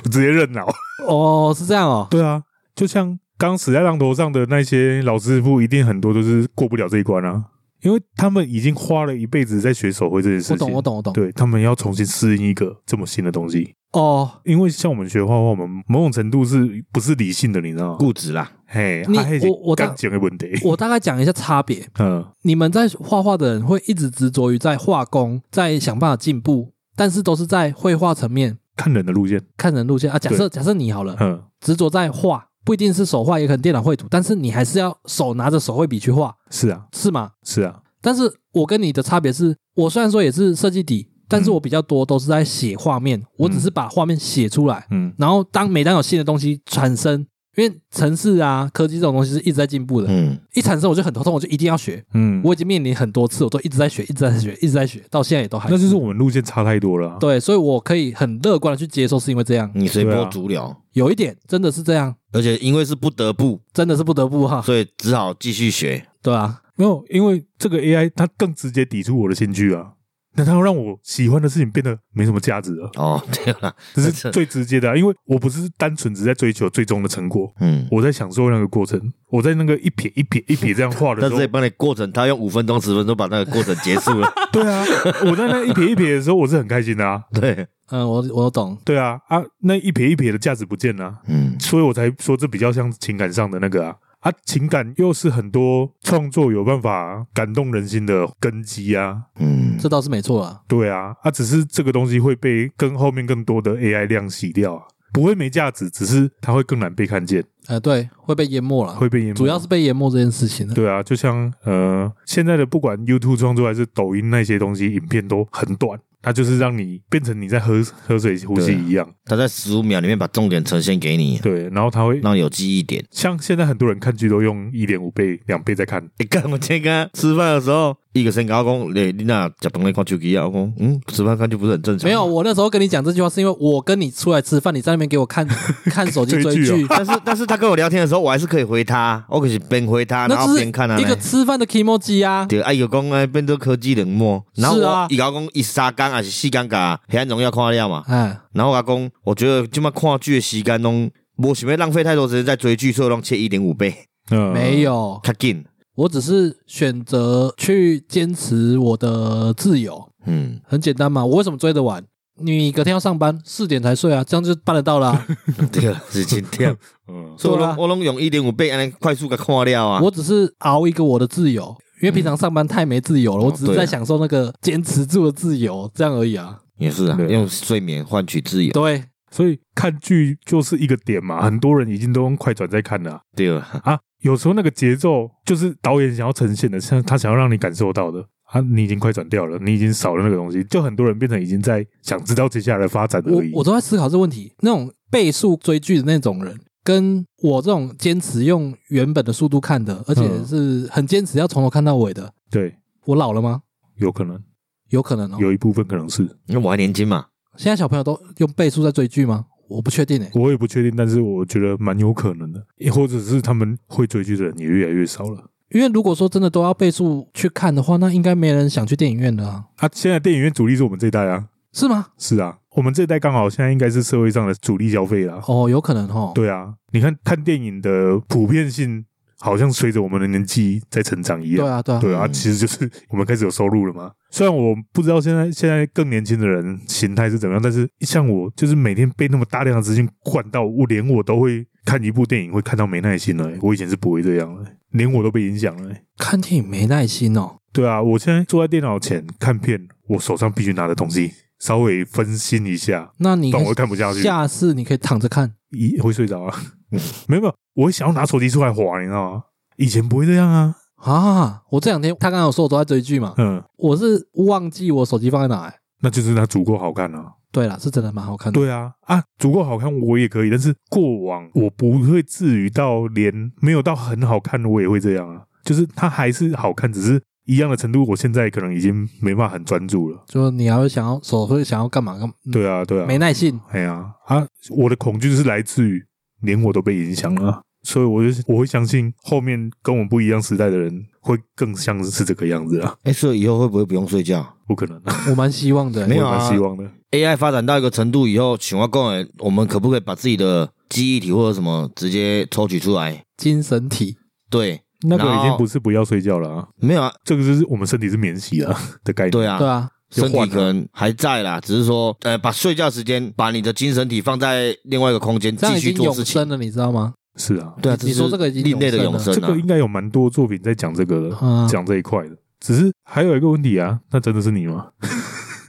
Speaker 3: 我直接认老。
Speaker 2: 哦，是这样哦。
Speaker 3: 对啊，就像刚死在浪头上的那些老师傅，一定很多都是过不了这一关啊，因为他们已经花了一辈子在学手绘这件事情。
Speaker 2: 我懂，我。懂，我懂。
Speaker 3: 对他们要重新适应一个这么新的东西，
Speaker 2: 哦，
Speaker 3: 因为像我们学画画，我们某种程度是不是理性的，你知道吗？
Speaker 4: 固执啦，
Speaker 3: 嘿，
Speaker 2: 你
Speaker 3: 啊那是
Speaker 2: 我我
Speaker 3: 感情的问题。
Speaker 2: 我大概讲一下差别。
Speaker 3: 嗯，
Speaker 2: 你们在画画的人会一直执着于在画工，在想办法进步，但是都是在绘画层面
Speaker 3: 看人的路线。
Speaker 2: 看人路线啊。假设假设你好了，
Speaker 3: 嗯
Speaker 2: 执着在画，不一定是手画，也可能电脑绘图，但是你还是要手拿着手绘笔去画，
Speaker 3: 是啊，
Speaker 2: 是吗？
Speaker 3: 是啊，
Speaker 2: 但是我跟你的差别是，我虽然说也是设计底，但
Speaker 3: 嗯
Speaker 2: 是我比较多都是在写画面，我只是把画面写出来，
Speaker 3: 嗯
Speaker 2: 然后当每当有新的东西产生，因为城市啊、科技这种东西是一直在进步的，
Speaker 4: 嗯，
Speaker 2: 一产生我就很头痛，我就一定要学。
Speaker 3: 嗯，
Speaker 2: 我已经面临很多次，我都一直在学，一直在学，一直在学，到现在也都还
Speaker 3: 那就是我们路线差太多了啊、
Speaker 2: 对，所以我可以很乐观的去接受，是因为这样，
Speaker 4: 你随
Speaker 3: 对
Speaker 4: 波
Speaker 3: 啊
Speaker 4: 逐流，
Speaker 2: 有一点真的是这样，
Speaker 4: 而且因为是不得不，
Speaker 2: 真的是不得不哈，
Speaker 3: 嗯
Speaker 4: 所以只好继续学。
Speaker 2: 对啊，
Speaker 3: 没有，因为这个 AI 它更直接抵触我的兴趣啊。那它要让我喜欢的事情变得没什么价值了，
Speaker 4: 哦， 对了，
Speaker 3: 这是最直接的、啊。因为我不是单纯只在追求最终的成果，
Speaker 4: 嗯，
Speaker 3: 我在享受那个过程。我在那个一撇一撇一撇这样画的
Speaker 4: 但
Speaker 3: 时
Speaker 4: 是
Speaker 3: 候
Speaker 4: 也，帮你过程，他用五分钟、十分钟把那个过程结束 了。
Speaker 3: 对啊，我在那一撇一撇的时候，我是很开心的啊。
Speaker 4: 对，
Speaker 2: 嗯，我我懂，
Speaker 3: 对啊，啊，那一撇一撇的价值不见了啊、
Speaker 4: 嗯，
Speaker 3: 所以我才说这比较像情感上的那个啊。啊，情感又是很多创作有办法感动人心的根基啊，
Speaker 4: 嗯
Speaker 2: 这倒是没错啊，
Speaker 3: 对啊，啊，只是这个东西会被跟后面更多的 AI 量洗掉啊，不会没价值，只是它会更难被看见，
Speaker 2: 呃，对，会被淹没了，
Speaker 3: 会被淹没。
Speaker 2: 主要是被淹没这件事情了。
Speaker 3: 对啊，就像呃，现在的不管 YouTube 创作还是抖音那些东西，影片都很短，它就是让你变成你在喝喝水呼吸
Speaker 4: 对啊
Speaker 3: 一样。
Speaker 4: 他在十五秒里面把重点呈现给你，
Speaker 3: 对，然后它会
Speaker 4: 让你有记忆点。
Speaker 3: 像现在很多人看剧都用一点五倍、两倍在看，
Speaker 4: 你看我今天跟他吃饭的时候，一个先跟我讲，你你那假装在看手机啊？我讲，嗯，吃饭看就不是很正常。
Speaker 2: 没有，，我那时候跟你讲这句话，是因为我跟你出来吃饭，你在那边给我 看看手机
Speaker 3: 追
Speaker 2: 追
Speaker 3: 剧哦
Speaker 2: 剧，
Speaker 4: 但是但是他跟我聊天的时候，我还是可以回他，我可是边回他，然
Speaker 2: 那
Speaker 4: 后
Speaker 2: 只是
Speaker 4: 边看啊。
Speaker 2: 一个吃饭的 emoji 啊，
Speaker 4: 对，啊，伊就讲哎，变做科技冷漠。然后
Speaker 2: 是啊
Speaker 4: 我伊甲我讲伊三工还是四工甲《黑暗荣耀》看了嘛，
Speaker 2: 哎，
Speaker 4: 然后我甲讲，我觉得即摆看剧的时间拢无想要浪费太多时间在追剧，所以拢切一点五倍，
Speaker 3: 嗯，
Speaker 2: 没有，
Speaker 4: 较紧。
Speaker 2: 我只是选择去坚持我的自由，
Speaker 4: 嗯，
Speaker 2: 很简单嘛。我为什么追得完？你隔天要上班，四点才睡啊，这样就办得到 啦、
Speaker 4: 对，是真的。
Speaker 3: 嗯，
Speaker 4: 所以我
Speaker 2: 对啊
Speaker 4: 拢我拢用一点五倍安尼快速甲看了啊。
Speaker 2: 我只是熬一个我的自由，因为平常上班太没自由了，
Speaker 4: 嗯
Speaker 2: 我只是
Speaker 4: 哦对
Speaker 2: 在
Speaker 4: 啊
Speaker 2: 享受那个坚持住的自由，这样而已啊。
Speaker 4: 也是啊，
Speaker 3: 对
Speaker 4: 用睡眠换取自由。
Speaker 2: 对，
Speaker 3: 所以看剧就是一个点嘛，很多人已经都用快转在看了啊
Speaker 4: 对啊，
Speaker 3: 啊有时候那个节奏就是导演想要呈现的，像他想要让你感受到的啊，你已经快转掉了，你已经少了那个东西，就很多人变成已经在想知道接下来的发展而
Speaker 2: 我
Speaker 3: 已。
Speaker 2: 我都在思考这个问题。那种倍速追剧的那种人，跟我这种坚持用原本的速度看的，而且
Speaker 3: 嗯
Speaker 2: 是很坚持要从头看到尾的，
Speaker 3: 对，
Speaker 2: 我老了吗？
Speaker 3: 有可能
Speaker 2: 有可能哦。
Speaker 3: 有一部分可能是，
Speaker 4: 因为我还年轻嘛。
Speaker 2: 现在小朋友都用倍速在追剧吗？我不确定诶、欸
Speaker 3: 我也不确定，但是我觉得蛮有可能的，也或者是他们会追剧的人也越来越少了。
Speaker 2: 因为如果说真的都要倍速去看的话，那应该没人想去电影院的啊，
Speaker 3: 啊，现在电影院主力是我们这一代啊，
Speaker 2: 是吗？
Speaker 3: 是啊，我们这一代刚好现在应该是社会上的主力消费啦。
Speaker 2: 哦，有可能哦。
Speaker 3: 对啊，你看看电影的普遍性，好像随着我们的年纪在成长一样。
Speaker 2: 对啊，对啊，
Speaker 3: 对啊，
Speaker 4: 嗯
Speaker 3: 其实就是我们开始有收入了嘛。虽然我不知道现在现在更年轻的人形态是怎么样，但是像我就是每天被那么大量的资讯灌到，我连我都会看一部电影会看到没耐心了、欸我以前是不会这样的、连我都被影响了、欸
Speaker 2: 看电影没耐心哦。
Speaker 3: 对啊，我现在坐在电脑前看片，我手上必须拿的东西稍微分心一下，
Speaker 2: 那你
Speaker 3: 不然我会看不下去，
Speaker 2: 下次你可以躺着看，
Speaker 3: 一会睡着啊。
Speaker 2: 嗯
Speaker 3: 没有没有，我会想要拿手机出来滑，你知道吗？以前不会这样啊。
Speaker 2: 啊！我这两天他刚刚有说我都在追剧嘛，
Speaker 3: 嗯，
Speaker 2: 我是忘记我手机放在哪、欸。
Speaker 3: 那就是它足够好看啊。
Speaker 2: 对了，是真的蛮好看的。
Speaker 3: 对啊，啊，足够好看我也可以，但是过往我不会至于到连没有到很好看我也会这样啊，就是它还是好看，只是一样的程度，我现在可能已经没办法很专注了。
Speaker 2: 就你还会想要手会想要干嘛干嘛，嗯
Speaker 3: 对啊，对啊，
Speaker 2: 没耐性。
Speaker 3: 哎呀啊，我的恐惧是来自于连我都被影响了啊，所以我就我会相信后面跟我不一样时代的人会更像是这个样子啊，
Speaker 4: 哎，所以以后会不会不用睡觉
Speaker 3: 不可能啊，
Speaker 2: 我蛮希 望的、
Speaker 4: 没有
Speaker 3: 我也
Speaker 4: 啊
Speaker 3: 蛮希望的。
Speaker 4: ？AI 发展到一个程度以后，请问各位，我们可不可以把自己的记忆体或者什么直接抽取出来？
Speaker 2: 精神体
Speaker 4: 对，
Speaker 3: 那个已
Speaker 4: 然
Speaker 3: 经
Speaker 4: 后
Speaker 3: 不是不要睡觉了啊，
Speaker 4: 没有啊，
Speaker 3: 这个就是我们身体是免洗啊的概念。
Speaker 4: 对啊，
Speaker 2: 对啊，
Speaker 3: 就
Speaker 4: 身体
Speaker 3: 换
Speaker 4: 可能还在啦，只是说，呃，把睡觉时间，把你的精神体放在另外一个空间
Speaker 2: 这样
Speaker 4: 继
Speaker 2: 已
Speaker 4: 续
Speaker 2: 经
Speaker 4: 做
Speaker 2: 永
Speaker 4: 事情
Speaker 2: 生。了，你知道吗？
Speaker 3: 是啊，
Speaker 4: 对啊，
Speaker 2: 你你说这个已经
Speaker 4: 另类的
Speaker 2: 永
Speaker 4: 永
Speaker 2: 生
Speaker 4: 生
Speaker 3: 这
Speaker 4: 啊
Speaker 3: 个，应该有蛮多作品在讲这个的，
Speaker 2: 嗯
Speaker 3: 讲这一块的。只是还有一个问题啊，那真的是你吗？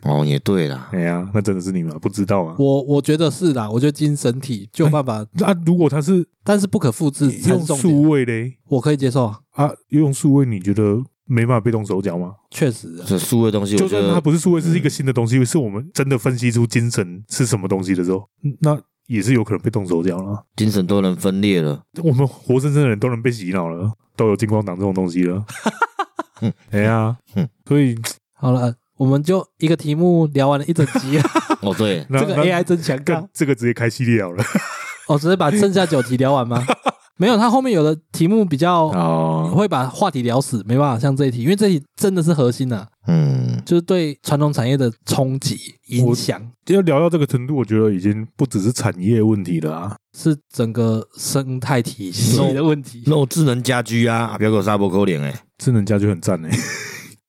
Speaker 4: 哦，也对啦，
Speaker 3: 哎呀，那真的是你们不知道啊。
Speaker 2: 我我觉得是啦，我觉得精神体就有办法，
Speaker 3: 那、啊如果他是
Speaker 2: 但是不可复制才
Speaker 3: 哎用
Speaker 2: 是重点
Speaker 3: 数位嘞
Speaker 2: 我可以接受啊，
Speaker 3: 啊，用数位你觉得没办法被动手脚吗？
Speaker 2: 确实。
Speaker 4: 这数位东西，我
Speaker 3: 就
Speaker 4: 觉
Speaker 3: 算它
Speaker 4: 得
Speaker 3: 不是数位，是一个新的东西，是我们真的分析出精神是什么东西的时候，那也是有可能被动手脚了。啊
Speaker 4: 精神都能分裂了。
Speaker 3: 我们活生生的人都能被洗脑了，都有金光党这种东西 了。哎呀
Speaker 4: 嗯，
Speaker 3: 所以
Speaker 2: 好了，我们就一个题目聊完了一整集，
Speaker 4: 哦，对，
Speaker 3: 那
Speaker 2: 这个啊
Speaker 3: 那
Speaker 2: AI 真强大
Speaker 3: 更。这个直接开系列好了。
Speaker 2: 哦，只是把剩下九题聊完 吗？没有，他后面有的题目比较
Speaker 3: 啊
Speaker 4: 哦，
Speaker 2: 会把话题聊死，没办法，像这一题，因为这一题真的是核心呐、啊，
Speaker 4: 嗯，
Speaker 2: 就是对传统产业的冲击影响，
Speaker 3: 要聊到这个程度，我觉得已经不只是产业问题了啊。
Speaker 2: 是整个生态体系的问题。
Speaker 4: 那我智能家居啊，啊不要给我沙波扣脸哎，
Speaker 3: 智能家居很赞诶、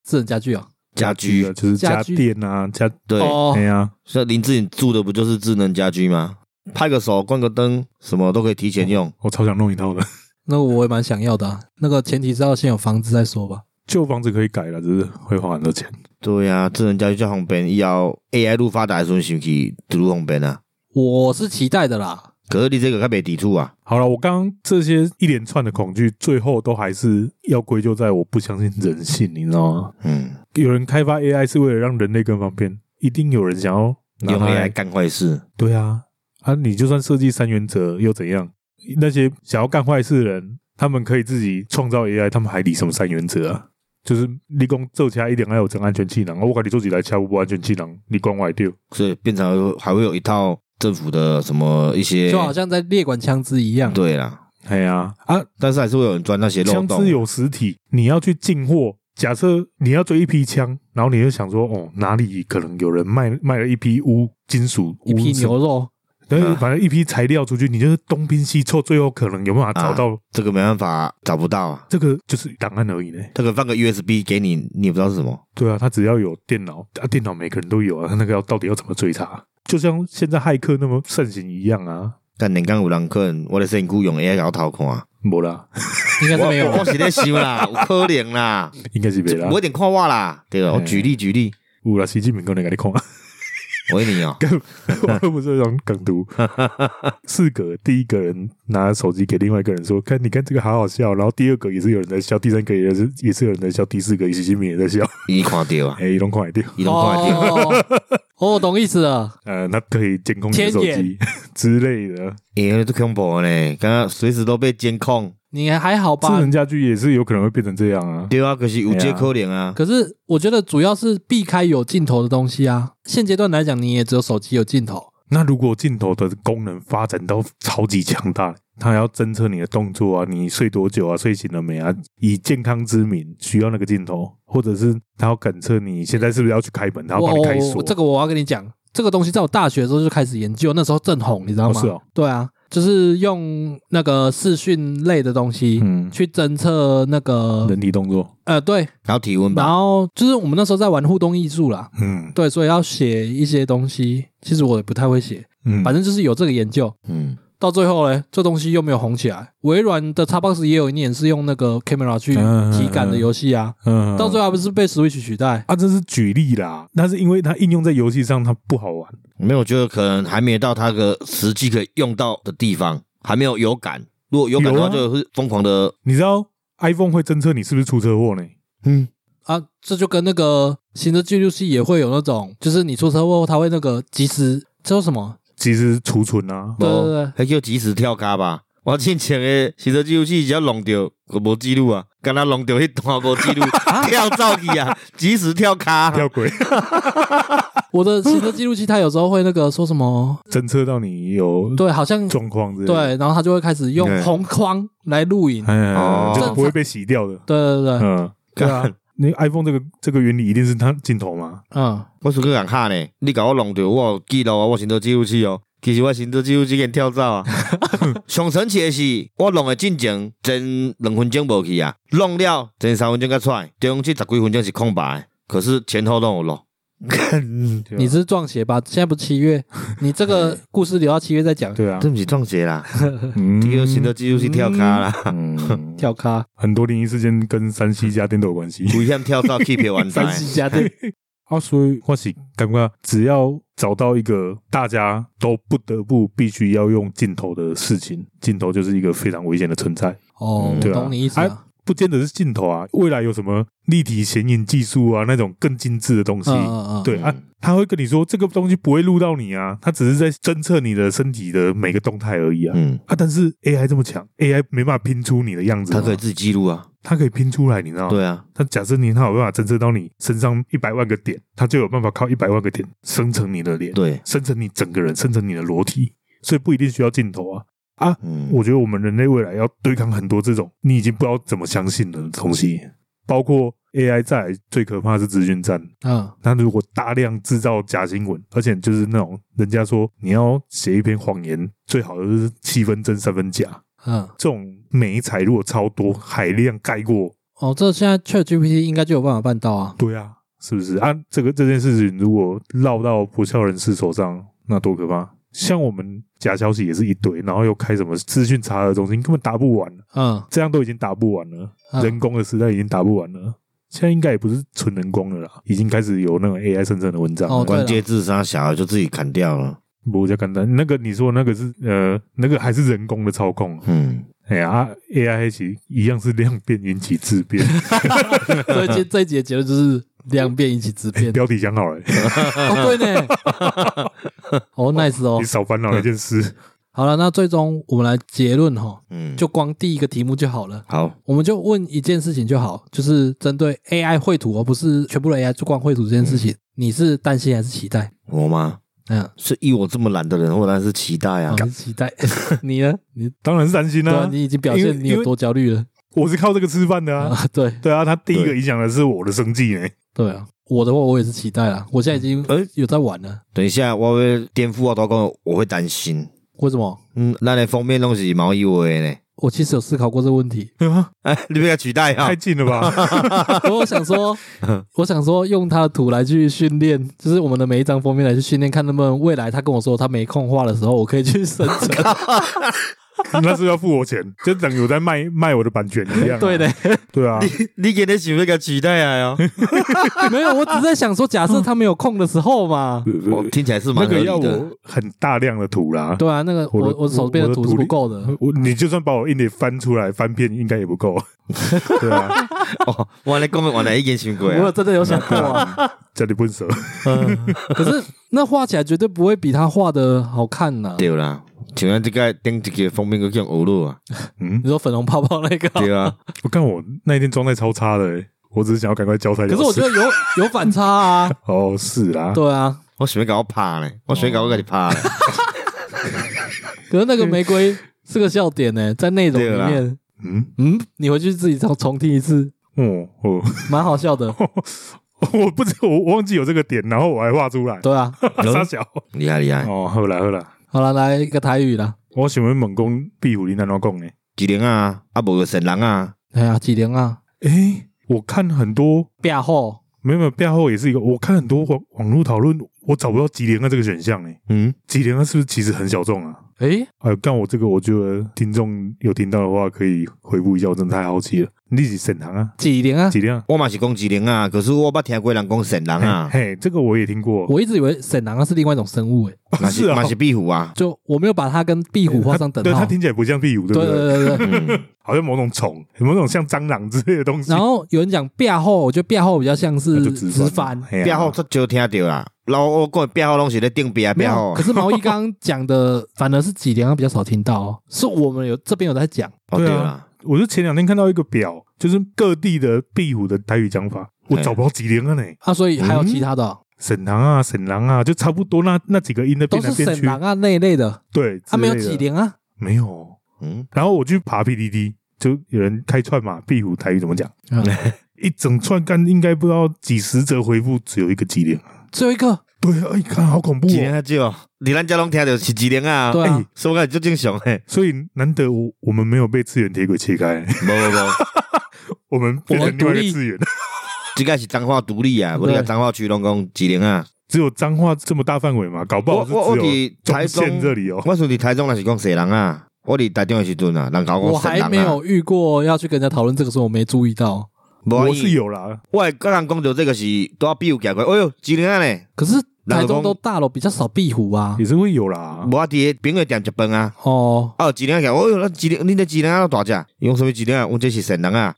Speaker 2: 智能家具啊，
Speaker 4: 家居
Speaker 3: 的就是
Speaker 2: 家
Speaker 3: 家
Speaker 2: 居
Speaker 3: 电啊，家
Speaker 4: 对，
Speaker 2: 哦
Speaker 3: 哎，呀，
Speaker 4: 所以林志颖住的不就是智能家居吗？拍个手，关个灯，什么都可以提前用。
Speaker 3: 我超想弄一套的。
Speaker 2: 那个我也蛮想要的、啊，那个前提是要先有房子再说吧。
Speaker 3: 旧房子可以改了，只是会花很多钱。
Speaker 4: 对啊，智能家居较方便，以后 AI 愈发达的时候，是不是愈方便啊？
Speaker 2: 我是期待的啦，
Speaker 4: 可是你这个较袂抵触啊，
Speaker 3: 好了，我刚刚这些一连串的恐惧，最后都还是要归咎在我不相信人性，你知道吗？
Speaker 4: 嗯，
Speaker 3: 有人开发 AI 是为了让人类更方便，一定有人想要拿
Speaker 4: 用
Speaker 3: 它来
Speaker 4: AI 干坏事，
Speaker 3: 对啊，啊，你就算设计三原则又怎样？那些想要干坏事的人，他们可以自己创造 AI，他们还理什么三原则啊？就是你讲做起来一定要有真安全气囊，啊我跟你做起来敲不安全气囊，你管我掉。
Speaker 4: 所以变成还会有一套政府的什么一些，
Speaker 2: 就好像在列管枪支一样，
Speaker 4: 对啦，
Speaker 3: 哎呀，啊，
Speaker 4: 但是还是会有人钻那些漏
Speaker 3: 枪
Speaker 4: 洞
Speaker 3: 支。有实体，你要去进货。假设你要追一批枪，然后你就想说，哦，哪里可能有人卖卖了一批钨金属，
Speaker 2: 一批牛
Speaker 3: 钨，
Speaker 2: 肉，
Speaker 3: 然后
Speaker 4: 啊
Speaker 3: 反正一批材料出去，你就是东拼西凑，最后可能有办法找到
Speaker 4: 这个没办法，找不到啊。
Speaker 3: 这个就是档案而已呢。
Speaker 4: 他可能放个 USB 给你，你也不知道是什么。
Speaker 3: 对啊，他只要有电脑，啊，电脑每个人都有啊，那个要到底要怎么追查？就像现在骇客那么盛行一样啊，
Speaker 4: 但人工有人可能我的身躯用 AI 搞偷看，
Speaker 3: 没啦，
Speaker 2: 应该是
Speaker 4: 我
Speaker 2: 没有啊
Speaker 4: 我。我是在想 啦，有可能啦，
Speaker 3: 应该是没啦
Speaker 4: 我，有点看我啦，对了，我举例举例，
Speaker 3: 有啦，习近平可能给你看，啊
Speaker 4: 我问 你哦，
Speaker 3: 我又不是那种梗图，四个，第一个人拿手机给另外一个人说，看你看这个好好笑，然后第二个也是有人在笑，第三个也是也是有人在笑，第四个习近平也在笑，
Speaker 4: 伊看到啊，
Speaker 3: 哎，移动快掉，
Speaker 4: 伊拢看到，
Speaker 2: 哦，哦，懂意思了。
Speaker 3: 呃，那可以监控你的手
Speaker 2: 天
Speaker 3: 机 之类的，
Speaker 4: 哎，这恐怖呢，刚刚随时都被监控，
Speaker 2: 你还好吧
Speaker 3: 智？能家居也是有可能会变成这样啊，
Speaker 4: 对啊，可是有这可能啊，
Speaker 2: 可是我觉得主要是避开有镜头的东西啊。现阶段来讲，你也只有手机有镜头，
Speaker 3: 那如果镜头的功能发展到超级强大，它还要侦测你的动作啊，你睡多久啊，睡醒了没啊？以健康之名需要那个镜头，或者是它要感测你现在是不是要去开门，它要
Speaker 2: 我
Speaker 3: 帮你
Speaker 2: 我
Speaker 3: 开锁。
Speaker 2: 我这个我要跟你讲，这个东西在我大学的时候就开始研究，那时候正红，你知道吗？
Speaker 3: 哦是哦
Speaker 2: 对啊，就是用那个视讯类的东西、
Speaker 3: 嗯，
Speaker 2: 去侦测那个
Speaker 3: 人体动作，
Speaker 2: 呃对，
Speaker 4: 然后体温
Speaker 2: 然
Speaker 4: 吧，
Speaker 2: 后就是我们那时候在玩互动艺术啦，
Speaker 3: 嗯
Speaker 2: 对，所以要写一些东西，其实我也不太会写，
Speaker 3: 嗯，
Speaker 2: 反正就是有这个研究。
Speaker 4: 嗯，
Speaker 2: 到最后嘞，这东西又没有红起来。微软的 Xbox 也有一年是用那个 camera 去
Speaker 3: 嗯嗯
Speaker 2: 体感的游戏啊，
Speaker 3: 嗯
Speaker 2: 到最
Speaker 3: 后
Speaker 2: 后还不是被 Switch 取代？
Speaker 3: 啊，这是举例啦，那是因为它应用在游戏上，它不好玩。
Speaker 4: 没有，我觉得可能还没到他的实际可以用到的地方，还没有有感，如果有感的话，
Speaker 3: 有啊
Speaker 4: 就是疯狂的，
Speaker 3: 你知道 iPhone 会侦测你是不是出车祸呢？
Speaker 4: 嗯，
Speaker 2: 啊，这就跟那个行车记录器也会有那种，就是你出车祸，它会那个及时叫什么？
Speaker 3: 其实储 存啊，
Speaker 2: 对对对
Speaker 4: 还叫及时跳卡吧。我之前的行车记录器只要弄到，我无记录啊，敢若弄到迄段无记录，跳走去 啊，及时跳卡，
Speaker 3: 吊轨
Speaker 2: 我的行车记录器它有时候会那个说什么？
Speaker 3: 侦测到你有
Speaker 2: 对，好像
Speaker 3: 状况之类的。
Speaker 2: 对，然后它就会开始用
Speaker 4: 对
Speaker 2: 红框来录影。
Speaker 3: 哎，
Speaker 4: 哦
Speaker 3: 就是不会被洗掉的。
Speaker 2: 对对对，对
Speaker 3: 嗯，对啊，那 iPhone 这个这个原理一定是它镜头嘛？
Speaker 2: 嗯，
Speaker 4: 我是去人卡呢，你甲我弄到，我有记录啊，我行车记录器哦。其实我行车记录器给跳走 啊。上神奇的是，我弄的进前前两分钟无去啊，弄了前三分钟才出来，中间十几分钟是空白的，可是前后都有录。
Speaker 2: 嗯
Speaker 3: 啊
Speaker 2: 你是撞邪吧？现在不是七月， 你这个故事留到七月再讲。
Speaker 3: 对啊
Speaker 4: 这，不是撞邪啦，
Speaker 3: 嗯
Speaker 4: 第二行车记录器跳卡啦，
Speaker 3: 嗯，
Speaker 2: 跳咖
Speaker 3: 很多灵异事件跟山西家电都有关系。哎
Speaker 4: 危险跳走去别完蛋
Speaker 2: 三。西家电，
Speaker 3: 啊，所以我是感觉，只要找到一个大家都不得不必须要用镜头的事情，镜头就是一个非常危险的存在。
Speaker 2: 哦，我
Speaker 3: 对啊
Speaker 2: 懂你意思啊。
Speaker 3: 不见得是镜头啊，未来有什么立体显影技术啊，那种更精致的东西，
Speaker 2: 嗯嗯嗯，
Speaker 3: 对啊，他会跟你说这个东西不会录到你啊，他只是在侦测你的身体的每个动态而已啊。
Speaker 4: 嗯，
Speaker 3: 啊，但是 AI 这么强，AI 没办法拼出你的样子嘛，
Speaker 4: 他可以自己记录啊，
Speaker 3: 它可以拼出来，你知道吗？
Speaker 4: 对啊，
Speaker 3: 他假设你他有办法侦测到你身上一百万个点，他就有办法靠一百万个点生成你的脸，
Speaker 4: 对，
Speaker 3: 生成你整个人，生成你的裸体，所以不一定需要镜头啊。
Speaker 4: 嗯，
Speaker 3: 我觉得我们人类未来要对抗很多这种你已经不知道怎么相信的东西，包括 AI 再来最可怕的是资讯战，
Speaker 2: 嗯
Speaker 3: 那如果大量制造假新闻，而且就是那种人家说你要写一篇谎言，最好就是七分真三分假，
Speaker 2: 嗯，
Speaker 3: 这种美材如果超多海量盖过，
Speaker 2: 哦，这现在 ChatGPT 应该就有办法办到啊。
Speaker 3: 对啊，是不是啊？这个这件事情如果落到不孝人士手上，那多可怕！像我们假消息也是一堆，然后又开什么资讯查核中心，根本打不完，
Speaker 2: 嗯，
Speaker 3: 这样都已经打不完了。
Speaker 2: 嗯
Speaker 3: 人工的时代已经打不完了，现在应该也不是纯人工了啦，已经开始有那种 AI 生成的文章了。
Speaker 2: 哦对
Speaker 4: 关节自杀小孩就自己砍掉了，
Speaker 3: 不叫简单，那个你说那个是呃，那个还是人工的操控啊，
Speaker 4: 嗯，
Speaker 3: 哎呀、啊、，AI 其实一样是量变引起质 变，
Speaker 2: 所以今这一集的结论就是量变引起质 变。
Speaker 3: 标题讲好了，
Speaker 2: 哦，对呢。 哦，nice 哦
Speaker 3: 你。少烦恼一件事，
Speaker 2: 好了，那最终我们来结论哈，
Speaker 4: 嗯，
Speaker 2: 就光第一个题目就好了。
Speaker 4: 好，
Speaker 2: 我们就问一件事情就好，就是针对 AI 绘图，而不是全部的 AI 就光绘图这件事
Speaker 3: 嗯
Speaker 2: 情，你是担心还是期待？
Speaker 4: 我吗？
Speaker 2: 嗯，
Speaker 4: 是以我这么懒的人，我当然是期待啊
Speaker 2: 好，。你期待。 你呢？你
Speaker 3: 当然是担心
Speaker 2: 对
Speaker 3: 啦、
Speaker 2: 啊，你已经表现你
Speaker 3: 因
Speaker 2: 有
Speaker 3: 为
Speaker 2: 多焦虑了
Speaker 3: 我是靠这个吃饭的啊，
Speaker 2: 啊？对
Speaker 3: 对啊，他第一个影响的是我的生计呢、
Speaker 2: 对啊，我的话我也是期待啦，我现在已经
Speaker 4: 哎
Speaker 2: 有在玩了。
Speaker 4: 等一下，我会颠覆我老公，我会担心。
Speaker 2: 为什么？
Speaker 4: 嗯，那的封面东西毛以为呢？
Speaker 2: 我其实有思考过这个问 题，
Speaker 3: 对啊，
Speaker 4: 哎，你被他取代啊
Speaker 3: 太？近 了吧？
Speaker 2: 我想说，我想说用他的图来去训练，就是我们的每一张封面来去训练，看能不能未来他跟我说他没空画的时候，我可以去生 成。
Speaker 3: 那是要付我钱，就等于我在卖卖我的版权一样、
Speaker 2: 对的，，
Speaker 3: 对啊，
Speaker 4: 你给他想要给取代啊？哦
Speaker 2: 没有，我只是在想说，假设他没有空的时候嘛，
Speaker 4: 我听起来是蛮
Speaker 3: 那
Speaker 4: 合
Speaker 3: 个
Speaker 4: 理
Speaker 3: 要
Speaker 4: 的。
Speaker 3: 我很大量的图啦。
Speaker 2: 对啊，那个
Speaker 3: 我
Speaker 2: 我
Speaker 3: 的
Speaker 2: 我手边的图是不够的，
Speaker 3: 我你就算把我硬碟翻出来翻遍，应该也 不够。对啊，
Speaker 4: 哦，我来讲， 我来一言行过
Speaker 2: 我
Speaker 4: 啊
Speaker 2: 有。真的有想过啊。
Speaker 3: 家里不舍。
Speaker 2: 可是那画起来绝对不会比他画的好看呐。
Speaker 4: 对啦，像咱这个顶一个封面个叫欧陆啊，
Speaker 3: 嗯
Speaker 2: 你，说粉红泡泡那个，
Speaker 4: 对 啊，
Speaker 3: 我看我那一天状态超差的、欸，我只是想要赶快交差了
Speaker 2: 可
Speaker 3: 事。
Speaker 2: 是我觉得有有反差啊。
Speaker 3: 哦，是啦，
Speaker 2: 对啊，
Speaker 4: 我想要搞我拍呢，我想要搞我给你 拍呢。
Speaker 2: 可是那个玫瑰是个笑点呢，在内容里
Speaker 4: 对啦
Speaker 2: 面，
Speaker 3: 嗯，
Speaker 2: 嗯，你回去自己重重听一次，
Speaker 3: 哦， 我
Speaker 2: 蛮好笑的。
Speaker 3: 我不知我我忘记有这个点，然后我还画出来，
Speaker 2: 对啊，
Speaker 3: 傻小。
Speaker 4: 嗯厉害厉害，
Speaker 3: 哦，好啦好啦，
Speaker 2: 好了，来一个台语啦。
Speaker 3: 我想问猛攻壁虎林安怎讲呢？
Speaker 4: 几零啊，啊无个神人啊，
Speaker 2: 哎呀，几零啊？
Speaker 3: 诶、我看很多。
Speaker 2: 背后
Speaker 3: 没有没有，背后也是一个。我看很多网网络讨论，我找不到吉连安这个选项呢、
Speaker 4: 嗯，
Speaker 3: 吉连安是不是其实很小众啊？
Speaker 2: 哎，
Speaker 3: 哎，干我这个，我觉得听众有听到的话，可以回复一下，我真的太好奇了。你是沈堂啊？
Speaker 2: 几零啊？
Speaker 3: 几量？
Speaker 4: 我嘛是讲几零啊，可是我捌听过人讲神人啊，
Speaker 3: 嘿，这个我也听过。
Speaker 2: 我一直以为沈南啊是另外一种生物，诶，
Speaker 4: 嘛
Speaker 3: 是
Speaker 4: 是
Speaker 3: 啊
Speaker 4: 嘛是壁虎啊，
Speaker 2: 就我没有把它跟壁虎画上等
Speaker 3: 对它
Speaker 2: 号。
Speaker 3: 听起来不像壁虎，对
Speaker 2: 对
Speaker 3: 不
Speaker 2: 对
Speaker 3: 对？
Speaker 2: 对对对。
Speaker 4: 嗯，
Speaker 3: 好像某种虫，某种像蟑螂之类的东西。
Speaker 2: 然后有人讲背后，我觉得背后比较像
Speaker 3: 那
Speaker 2: 是
Speaker 3: 就
Speaker 2: 直
Speaker 3: 翻
Speaker 2: 翻
Speaker 3: 了。。嘿啊
Speaker 4: 壁虎出少听着啦，老我讲的壁虎拢是咧顶壁啊，
Speaker 2: 没
Speaker 4: 壁
Speaker 2: 有，
Speaker 4: 虎
Speaker 2: 可，是毛衣刚刚讲 的反而是几零啊比较少听到，哦，是我们有这边有在讲，
Speaker 4: 哦
Speaker 3: 对
Speaker 4: 对
Speaker 3: 啊
Speaker 4: 啦，
Speaker 3: 我就前两天看到一个表，就是各地的壁虎的台语讲法，我找不到吉连安呢。
Speaker 2: 啊，所以还有其他的哦
Speaker 3: 沈堂啊，沈狼啊，就差不多那那几个音的
Speaker 2: 都
Speaker 3: 变来
Speaker 2: 是
Speaker 3: 变
Speaker 2: 沈
Speaker 3: 去。
Speaker 2: 南啊那一类的，
Speaker 3: 对，
Speaker 2: 啊没有
Speaker 3: 之类的
Speaker 2: 几，零啊，
Speaker 3: 没有。
Speaker 4: 嗯，
Speaker 3: 然后我去爬 PDD，就有人开串嘛，壁虎台语怎么讲？
Speaker 2: 嗯
Speaker 3: 一整串干应该不知道几十则回复，只有一个吉连。啊
Speaker 2: 最后一个，
Speaker 3: 对啊，哎，看好恐怖
Speaker 4: 几
Speaker 3: 哦
Speaker 4: 零。啊少，你咱家拢听着是几零啊，
Speaker 2: 对啊
Speaker 3: 哎，
Speaker 4: 所以我感觉就正常诶，
Speaker 3: 所以难得我我们没有被次元铁轨切开，
Speaker 4: 无无无，
Speaker 3: 我们变成另外一个次元。
Speaker 4: 这个是彰化独立啊，无你
Speaker 2: 对
Speaker 4: 甲彰化区拢讲几零啊，
Speaker 3: 只有彰化这么大范围嘛？搞不好
Speaker 4: 我
Speaker 3: 是
Speaker 4: 我我
Speaker 3: 只有
Speaker 4: 伫台
Speaker 3: 县
Speaker 4: 中
Speaker 3: 这里哦。
Speaker 4: 我是伫台中，若是讲西人啊，我伫台中的时阵啊，人甲我
Speaker 2: 我
Speaker 4: 讲西
Speaker 2: 还
Speaker 4: 人
Speaker 2: 没
Speaker 4: 啊，
Speaker 2: 有遇过要去跟人家讨论这个时候，我没注意到。
Speaker 4: 无啊
Speaker 3: 我
Speaker 4: 因为
Speaker 3: 是有啦，
Speaker 4: 我个人讲到这个是都要比有行过，哎哟，真个呢，
Speaker 2: 可是台
Speaker 4: 老
Speaker 2: 中
Speaker 4: 公
Speaker 2: 都大楼比较少壁虎啊
Speaker 3: 也。是会有啦
Speaker 4: 无。啊伫个朋友店食饭啊。
Speaker 2: 哦，
Speaker 4: 啊，有一两个，哦哟，咱一两，恁这一两啊大只，用什么一两？阮这是神人 啊！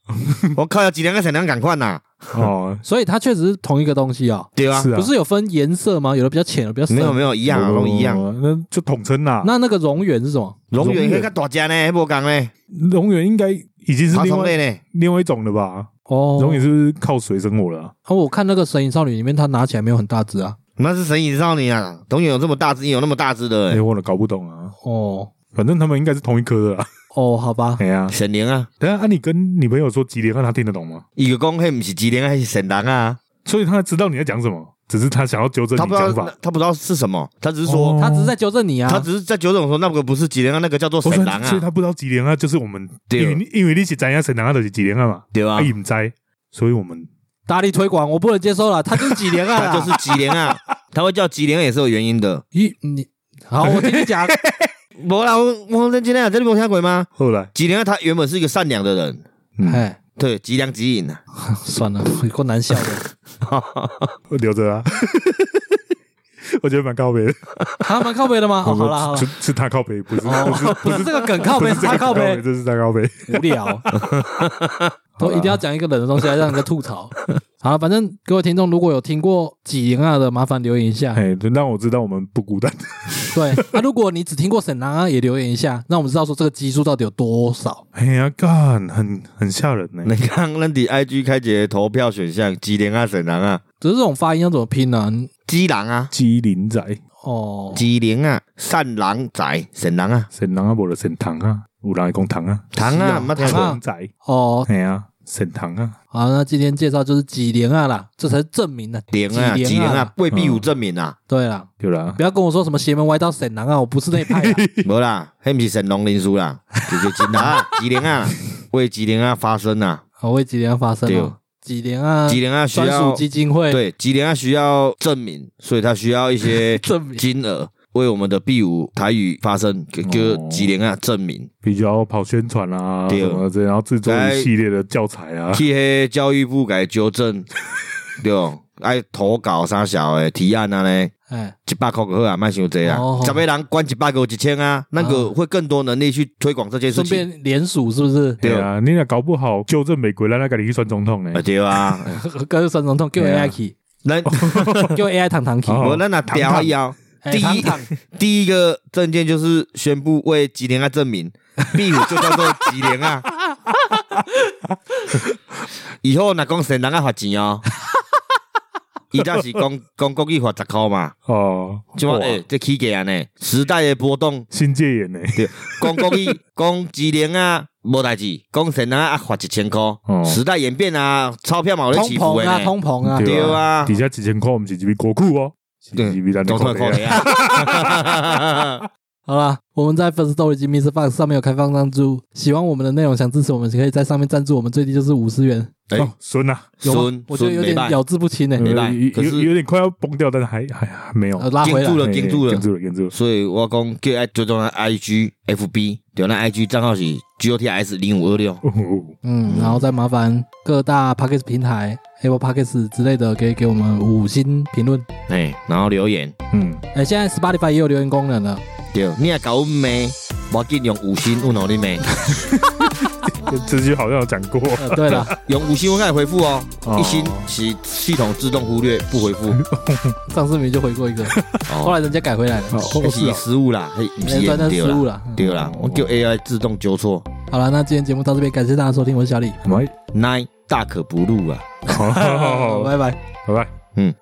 Speaker 4: 我靠，一两个神人共款呐，
Speaker 3: 哦，
Speaker 2: 所以它确实是同一个东西哦。
Speaker 4: 对啊
Speaker 3: 是，啊，哦
Speaker 2: 不是有分颜色吗？有的比较浅，有的比较深。
Speaker 4: 没有没有一
Speaker 3: 一
Speaker 4: 样啊，拢一样。，
Speaker 3: 那就统称啦。
Speaker 2: 那那个蝾螈是什么？
Speaker 4: 龙
Speaker 3: 蝾
Speaker 4: 源
Speaker 3: 螈
Speaker 4: 迄个大只呢，迄无共呢，
Speaker 3: 龙源应该已经是
Speaker 4: 爬
Speaker 3: 另
Speaker 4: 虫类
Speaker 3: 外
Speaker 4: 呢，
Speaker 3: 另外一种了吧？
Speaker 2: 哦，
Speaker 3: 龙源是不是靠水生活了啊？
Speaker 2: 哦，我看那个《神隐少女》里面，它拿起来没有很大只啊。
Speaker 4: 那是神隐少女啊，龙源有这么大只，有那么大只的
Speaker 3: 哎，
Speaker 4: 欸，
Speaker 3: 我搞不懂啊。
Speaker 2: 哦
Speaker 3: 反正他们应该是同一 科的啦。
Speaker 2: 哦，好吧，
Speaker 3: 哎呀，
Speaker 4: 神灵啊，
Speaker 3: 等一下啊，你跟你朋友说吉连，看他听得懂吗？
Speaker 4: 伊就讲迄毋是一两，迄是神人啊，
Speaker 3: 所以他知道你在讲什么，只是他想要纠正
Speaker 4: 他
Speaker 3: 你
Speaker 4: 不知道
Speaker 3: 讲法。
Speaker 4: 他不知道是什么，他只是说
Speaker 3: 哦
Speaker 2: 它只是在纠正你啊。
Speaker 4: 他只是在纠正我说那个不是吉连啊，那个叫做
Speaker 3: 我
Speaker 4: 神
Speaker 3: 说
Speaker 4: 狼，
Speaker 3: 所以他
Speaker 4: 啊，
Speaker 3: 不知道吉连啊，就是我们
Speaker 4: 对
Speaker 3: 因为你因为你是咱家神狼啊，就是吉连啊嘛，
Speaker 4: 对吧
Speaker 3: 啊？伊唔知，所以我们
Speaker 2: 大力推广，我不能接受了，它就是 几连啊
Speaker 4: 他
Speaker 2: 啦，
Speaker 4: 就是吉连啊，他会叫吉连也是有原因的。
Speaker 2: 咦你。好，我听你讲，
Speaker 4: 无啦，我我认真啊，这你有听过吗？
Speaker 3: 后来
Speaker 4: 吉连啊，他原本是一个善良的人，
Speaker 3: 嗯，
Speaker 2: 哎，
Speaker 4: 对，吉良吉 影啊，
Speaker 2: 算了，有够难笑的。
Speaker 3: 我留着啊， 我觉得蛮靠背的。
Speaker 2: 还蛮靠背的吗？哦，好了好了
Speaker 3: 是，是他靠背，不是
Speaker 2: 哦
Speaker 3: 不是，
Speaker 2: 不是这个梗靠背，是他靠背，
Speaker 3: 这是他 靠背。
Speaker 2: 无聊，都一定要讲一个冷的东西来让人家吐槽。好了，反正各位听众如果有听过几零啊的，麻烦留言一 下。
Speaker 3: 哎，让我知道我们不孤单。
Speaker 2: 对，那、如果你只听过沈南啊，也留言一下，让我们知道说这个基数到底有多少。
Speaker 3: 哎呀，干，很很吓人 呢。
Speaker 4: 你看咱伫 IG 开一个投票选项，吉连啊，神人啊，
Speaker 2: 只是这种发音要怎么拼呢、
Speaker 4: 基狼啊，
Speaker 3: 机灵仔，
Speaker 2: 哦，
Speaker 4: 吉连啊，善狼仔，神人啊，
Speaker 3: 神狼啊，无就神糖啊，有人会讲糖啊，
Speaker 4: 糖啊，
Speaker 2: 是啊
Speaker 4: 毋捌听
Speaker 2: 糖啊
Speaker 4: 过，
Speaker 3: 糖仔，
Speaker 2: 哦，
Speaker 3: 哎呀，神糖啊，
Speaker 2: 好，那今天介绍就是几连啊啦，这才是证明呢。
Speaker 4: 连啊，
Speaker 2: 吉
Speaker 4: 吉
Speaker 2: 连
Speaker 4: 连
Speaker 2: 啊
Speaker 4: 啊，未必有证明啊，
Speaker 2: 对啦，
Speaker 3: 对啦
Speaker 2: 不，要跟我说什么邪门歪道沈南啊，我不是那一派 啦。
Speaker 4: 无啦，迄毋是神农林书 啦，就是吉人啊，吉连啊，为吉连啊发声啊，
Speaker 2: 好，为几连啊发声
Speaker 4: 对
Speaker 2: 哦，几连啊，
Speaker 4: 吉连啊需
Speaker 2: 专
Speaker 4: 要
Speaker 2: 属基金会
Speaker 4: 对，吉林他需要证明，所以他需要一 些
Speaker 2: 证明
Speaker 4: 金额为我们的 B 五台语发声，给给
Speaker 3: 哦
Speaker 4: 吉林啊证明。
Speaker 3: 比较跑宣传啊，
Speaker 4: 对
Speaker 3: 什么这，然后制作一系列的教材
Speaker 2: 哎
Speaker 3: 啊，
Speaker 4: 去迄教育部给纠正， 对哦，爱投稿啥小的提案啊呢，
Speaker 2: 哎，
Speaker 4: 一百块就好啊，卖伤济啊
Speaker 2: 哦，
Speaker 4: 十个人管一百个有一千啊，那个
Speaker 2: 啊
Speaker 4: 会更多能力去推广这件事
Speaker 2: 顺
Speaker 4: 情。
Speaker 2: 便联署是不是？
Speaker 4: 对
Speaker 3: 对啊，你俩搞不好纠正美国人来给你去选总统呢
Speaker 2: 哎
Speaker 4: 啊，，对啊，
Speaker 2: 跟沈总统给我
Speaker 3: 对啊
Speaker 2: AI 去，
Speaker 4: 咱
Speaker 2: 哦给我 AI 糖糖去，
Speaker 3: 好
Speaker 4: 我咱那调啊一摇，
Speaker 2: 哎
Speaker 4: 哦第
Speaker 2: 糖
Speaker 4: 一
Speaker 2: 糖
Speaker 4: 第一个证件就是宣布为吉林啊证 明，B 五就叫做吉林啊。以后若讲神人啊罚钱哦，伊当是讲 讲国语罚十箍嘛，
Speaker 3: 哦，
Speaker 4: 即
Speaker 3: 哇
Speaker 4: 满
Speaker 2: 哎
Speaker 4: 诶，这起价安尼，时代的波动，
Speaker 3: 新界演呢，
Speaker 4: 对，讲国 语讲吉林啊无代志，讲神人啊罚一千箍
Speaker 3: 哦，
Speaker 4: 时代演变啊，钞票嘛有咧
Speaker 2: 通
Speaker 4: 起伏
Speaker 2: 膨
Speaker 4: 诶
Speaker 2: 啊，通膨啊，
Speaker 4: 对啊
Speaker 3: 底下几千块，我们是几比国库哦，是
Speaker 4: 对
Speaker 3: 几比咱的
Speaker 4: 总
Speaker 3: 国
Speaker 4: 算
Speaker 3: 库
Speaker 4: 可
Speaker 3: 啊
Speaker 4: 以啊。
Speaker 2: 好啦，我们在 First Story 及 Mr. Box 上面有开放赞助，喜欢我们的内容，想支持我们，可以在上面赞助我们，最低就是五十元。
Speaker 4: 哎
Speaker 3: 哦，孙啊，
Speaker 2: 有吗
Speaker 4: 孙，
Speaker 2: 我觉得有点
Speaker 4: 孙没办
Speaker 2: 咬字不清呢、
Speaker 4: 没办法嗯
Speaker 3: 呃有
Speaker 4: 可是
Speaker 3: 有有点快要崩掉，但是还还还没有
Speaker 2: 呃，，拉回
Speaker 4: 盯住
Speaker 2: 来。
Speaker 4: 了，盯住了
Speaker 3: 顶，住了，顶住了，
Speaker 4: 所以我讲叫爱追踪咱 IG、FB，对，咱 IG 账号是 GOTS 零五二六。
Speaker 3: 哦哦
Speaker 2: 嗯，然后再麻烦各大 p o c k e t 平台、Apple p o c k e t 之类的，给给我们五星评论。
Speaker 4: 哎，然后留言，
Speaker 3: 嗯，
Speaker 2: 哎、现在 Spotify 也有留言功能了。
Speaker 4: 对，你也搞阮骂，我紧用五星，阮互你骂，
Speaker 3: 这这句好像有讲过，
Speaker 2: 呃，对了，
Speaker 4: 用五星我才回复哦，
Speaker 3: 哦
Speaker 4: 一星是系统自动忽略不回复，
Speaker 2: 上次明明就回过一个，后
Speaker 4: 哦，
Speaker 2: 来人家改回来了。
Speaker 3: 哦
Speaker 4: 那
Speaker 3: 哦是
Speaker 4: 是
Speaker 3: 啊，
Speaker 4: 失误啦，嘿，不是
Speaker 2: 哎
Speaker 4: 演
Speaker 2: 算
Speaker 4: 对
Speaker 2: 失误
Speaker 4: 啦，
Speaker 2: 了。
Speaker 4: 对啦，我叫 AI 自动纠错，
Speaker 2: 好了，那今天节目到这边，感谢大家收听，我是小李，
Speaker 3: 喂，
Speaker 4: 奶大可不入啊。
Speaker 3: 好好好，好
Speaker 2: 拜拜。
Speaker 3: 拜拜。
Speaker 4: 嗯。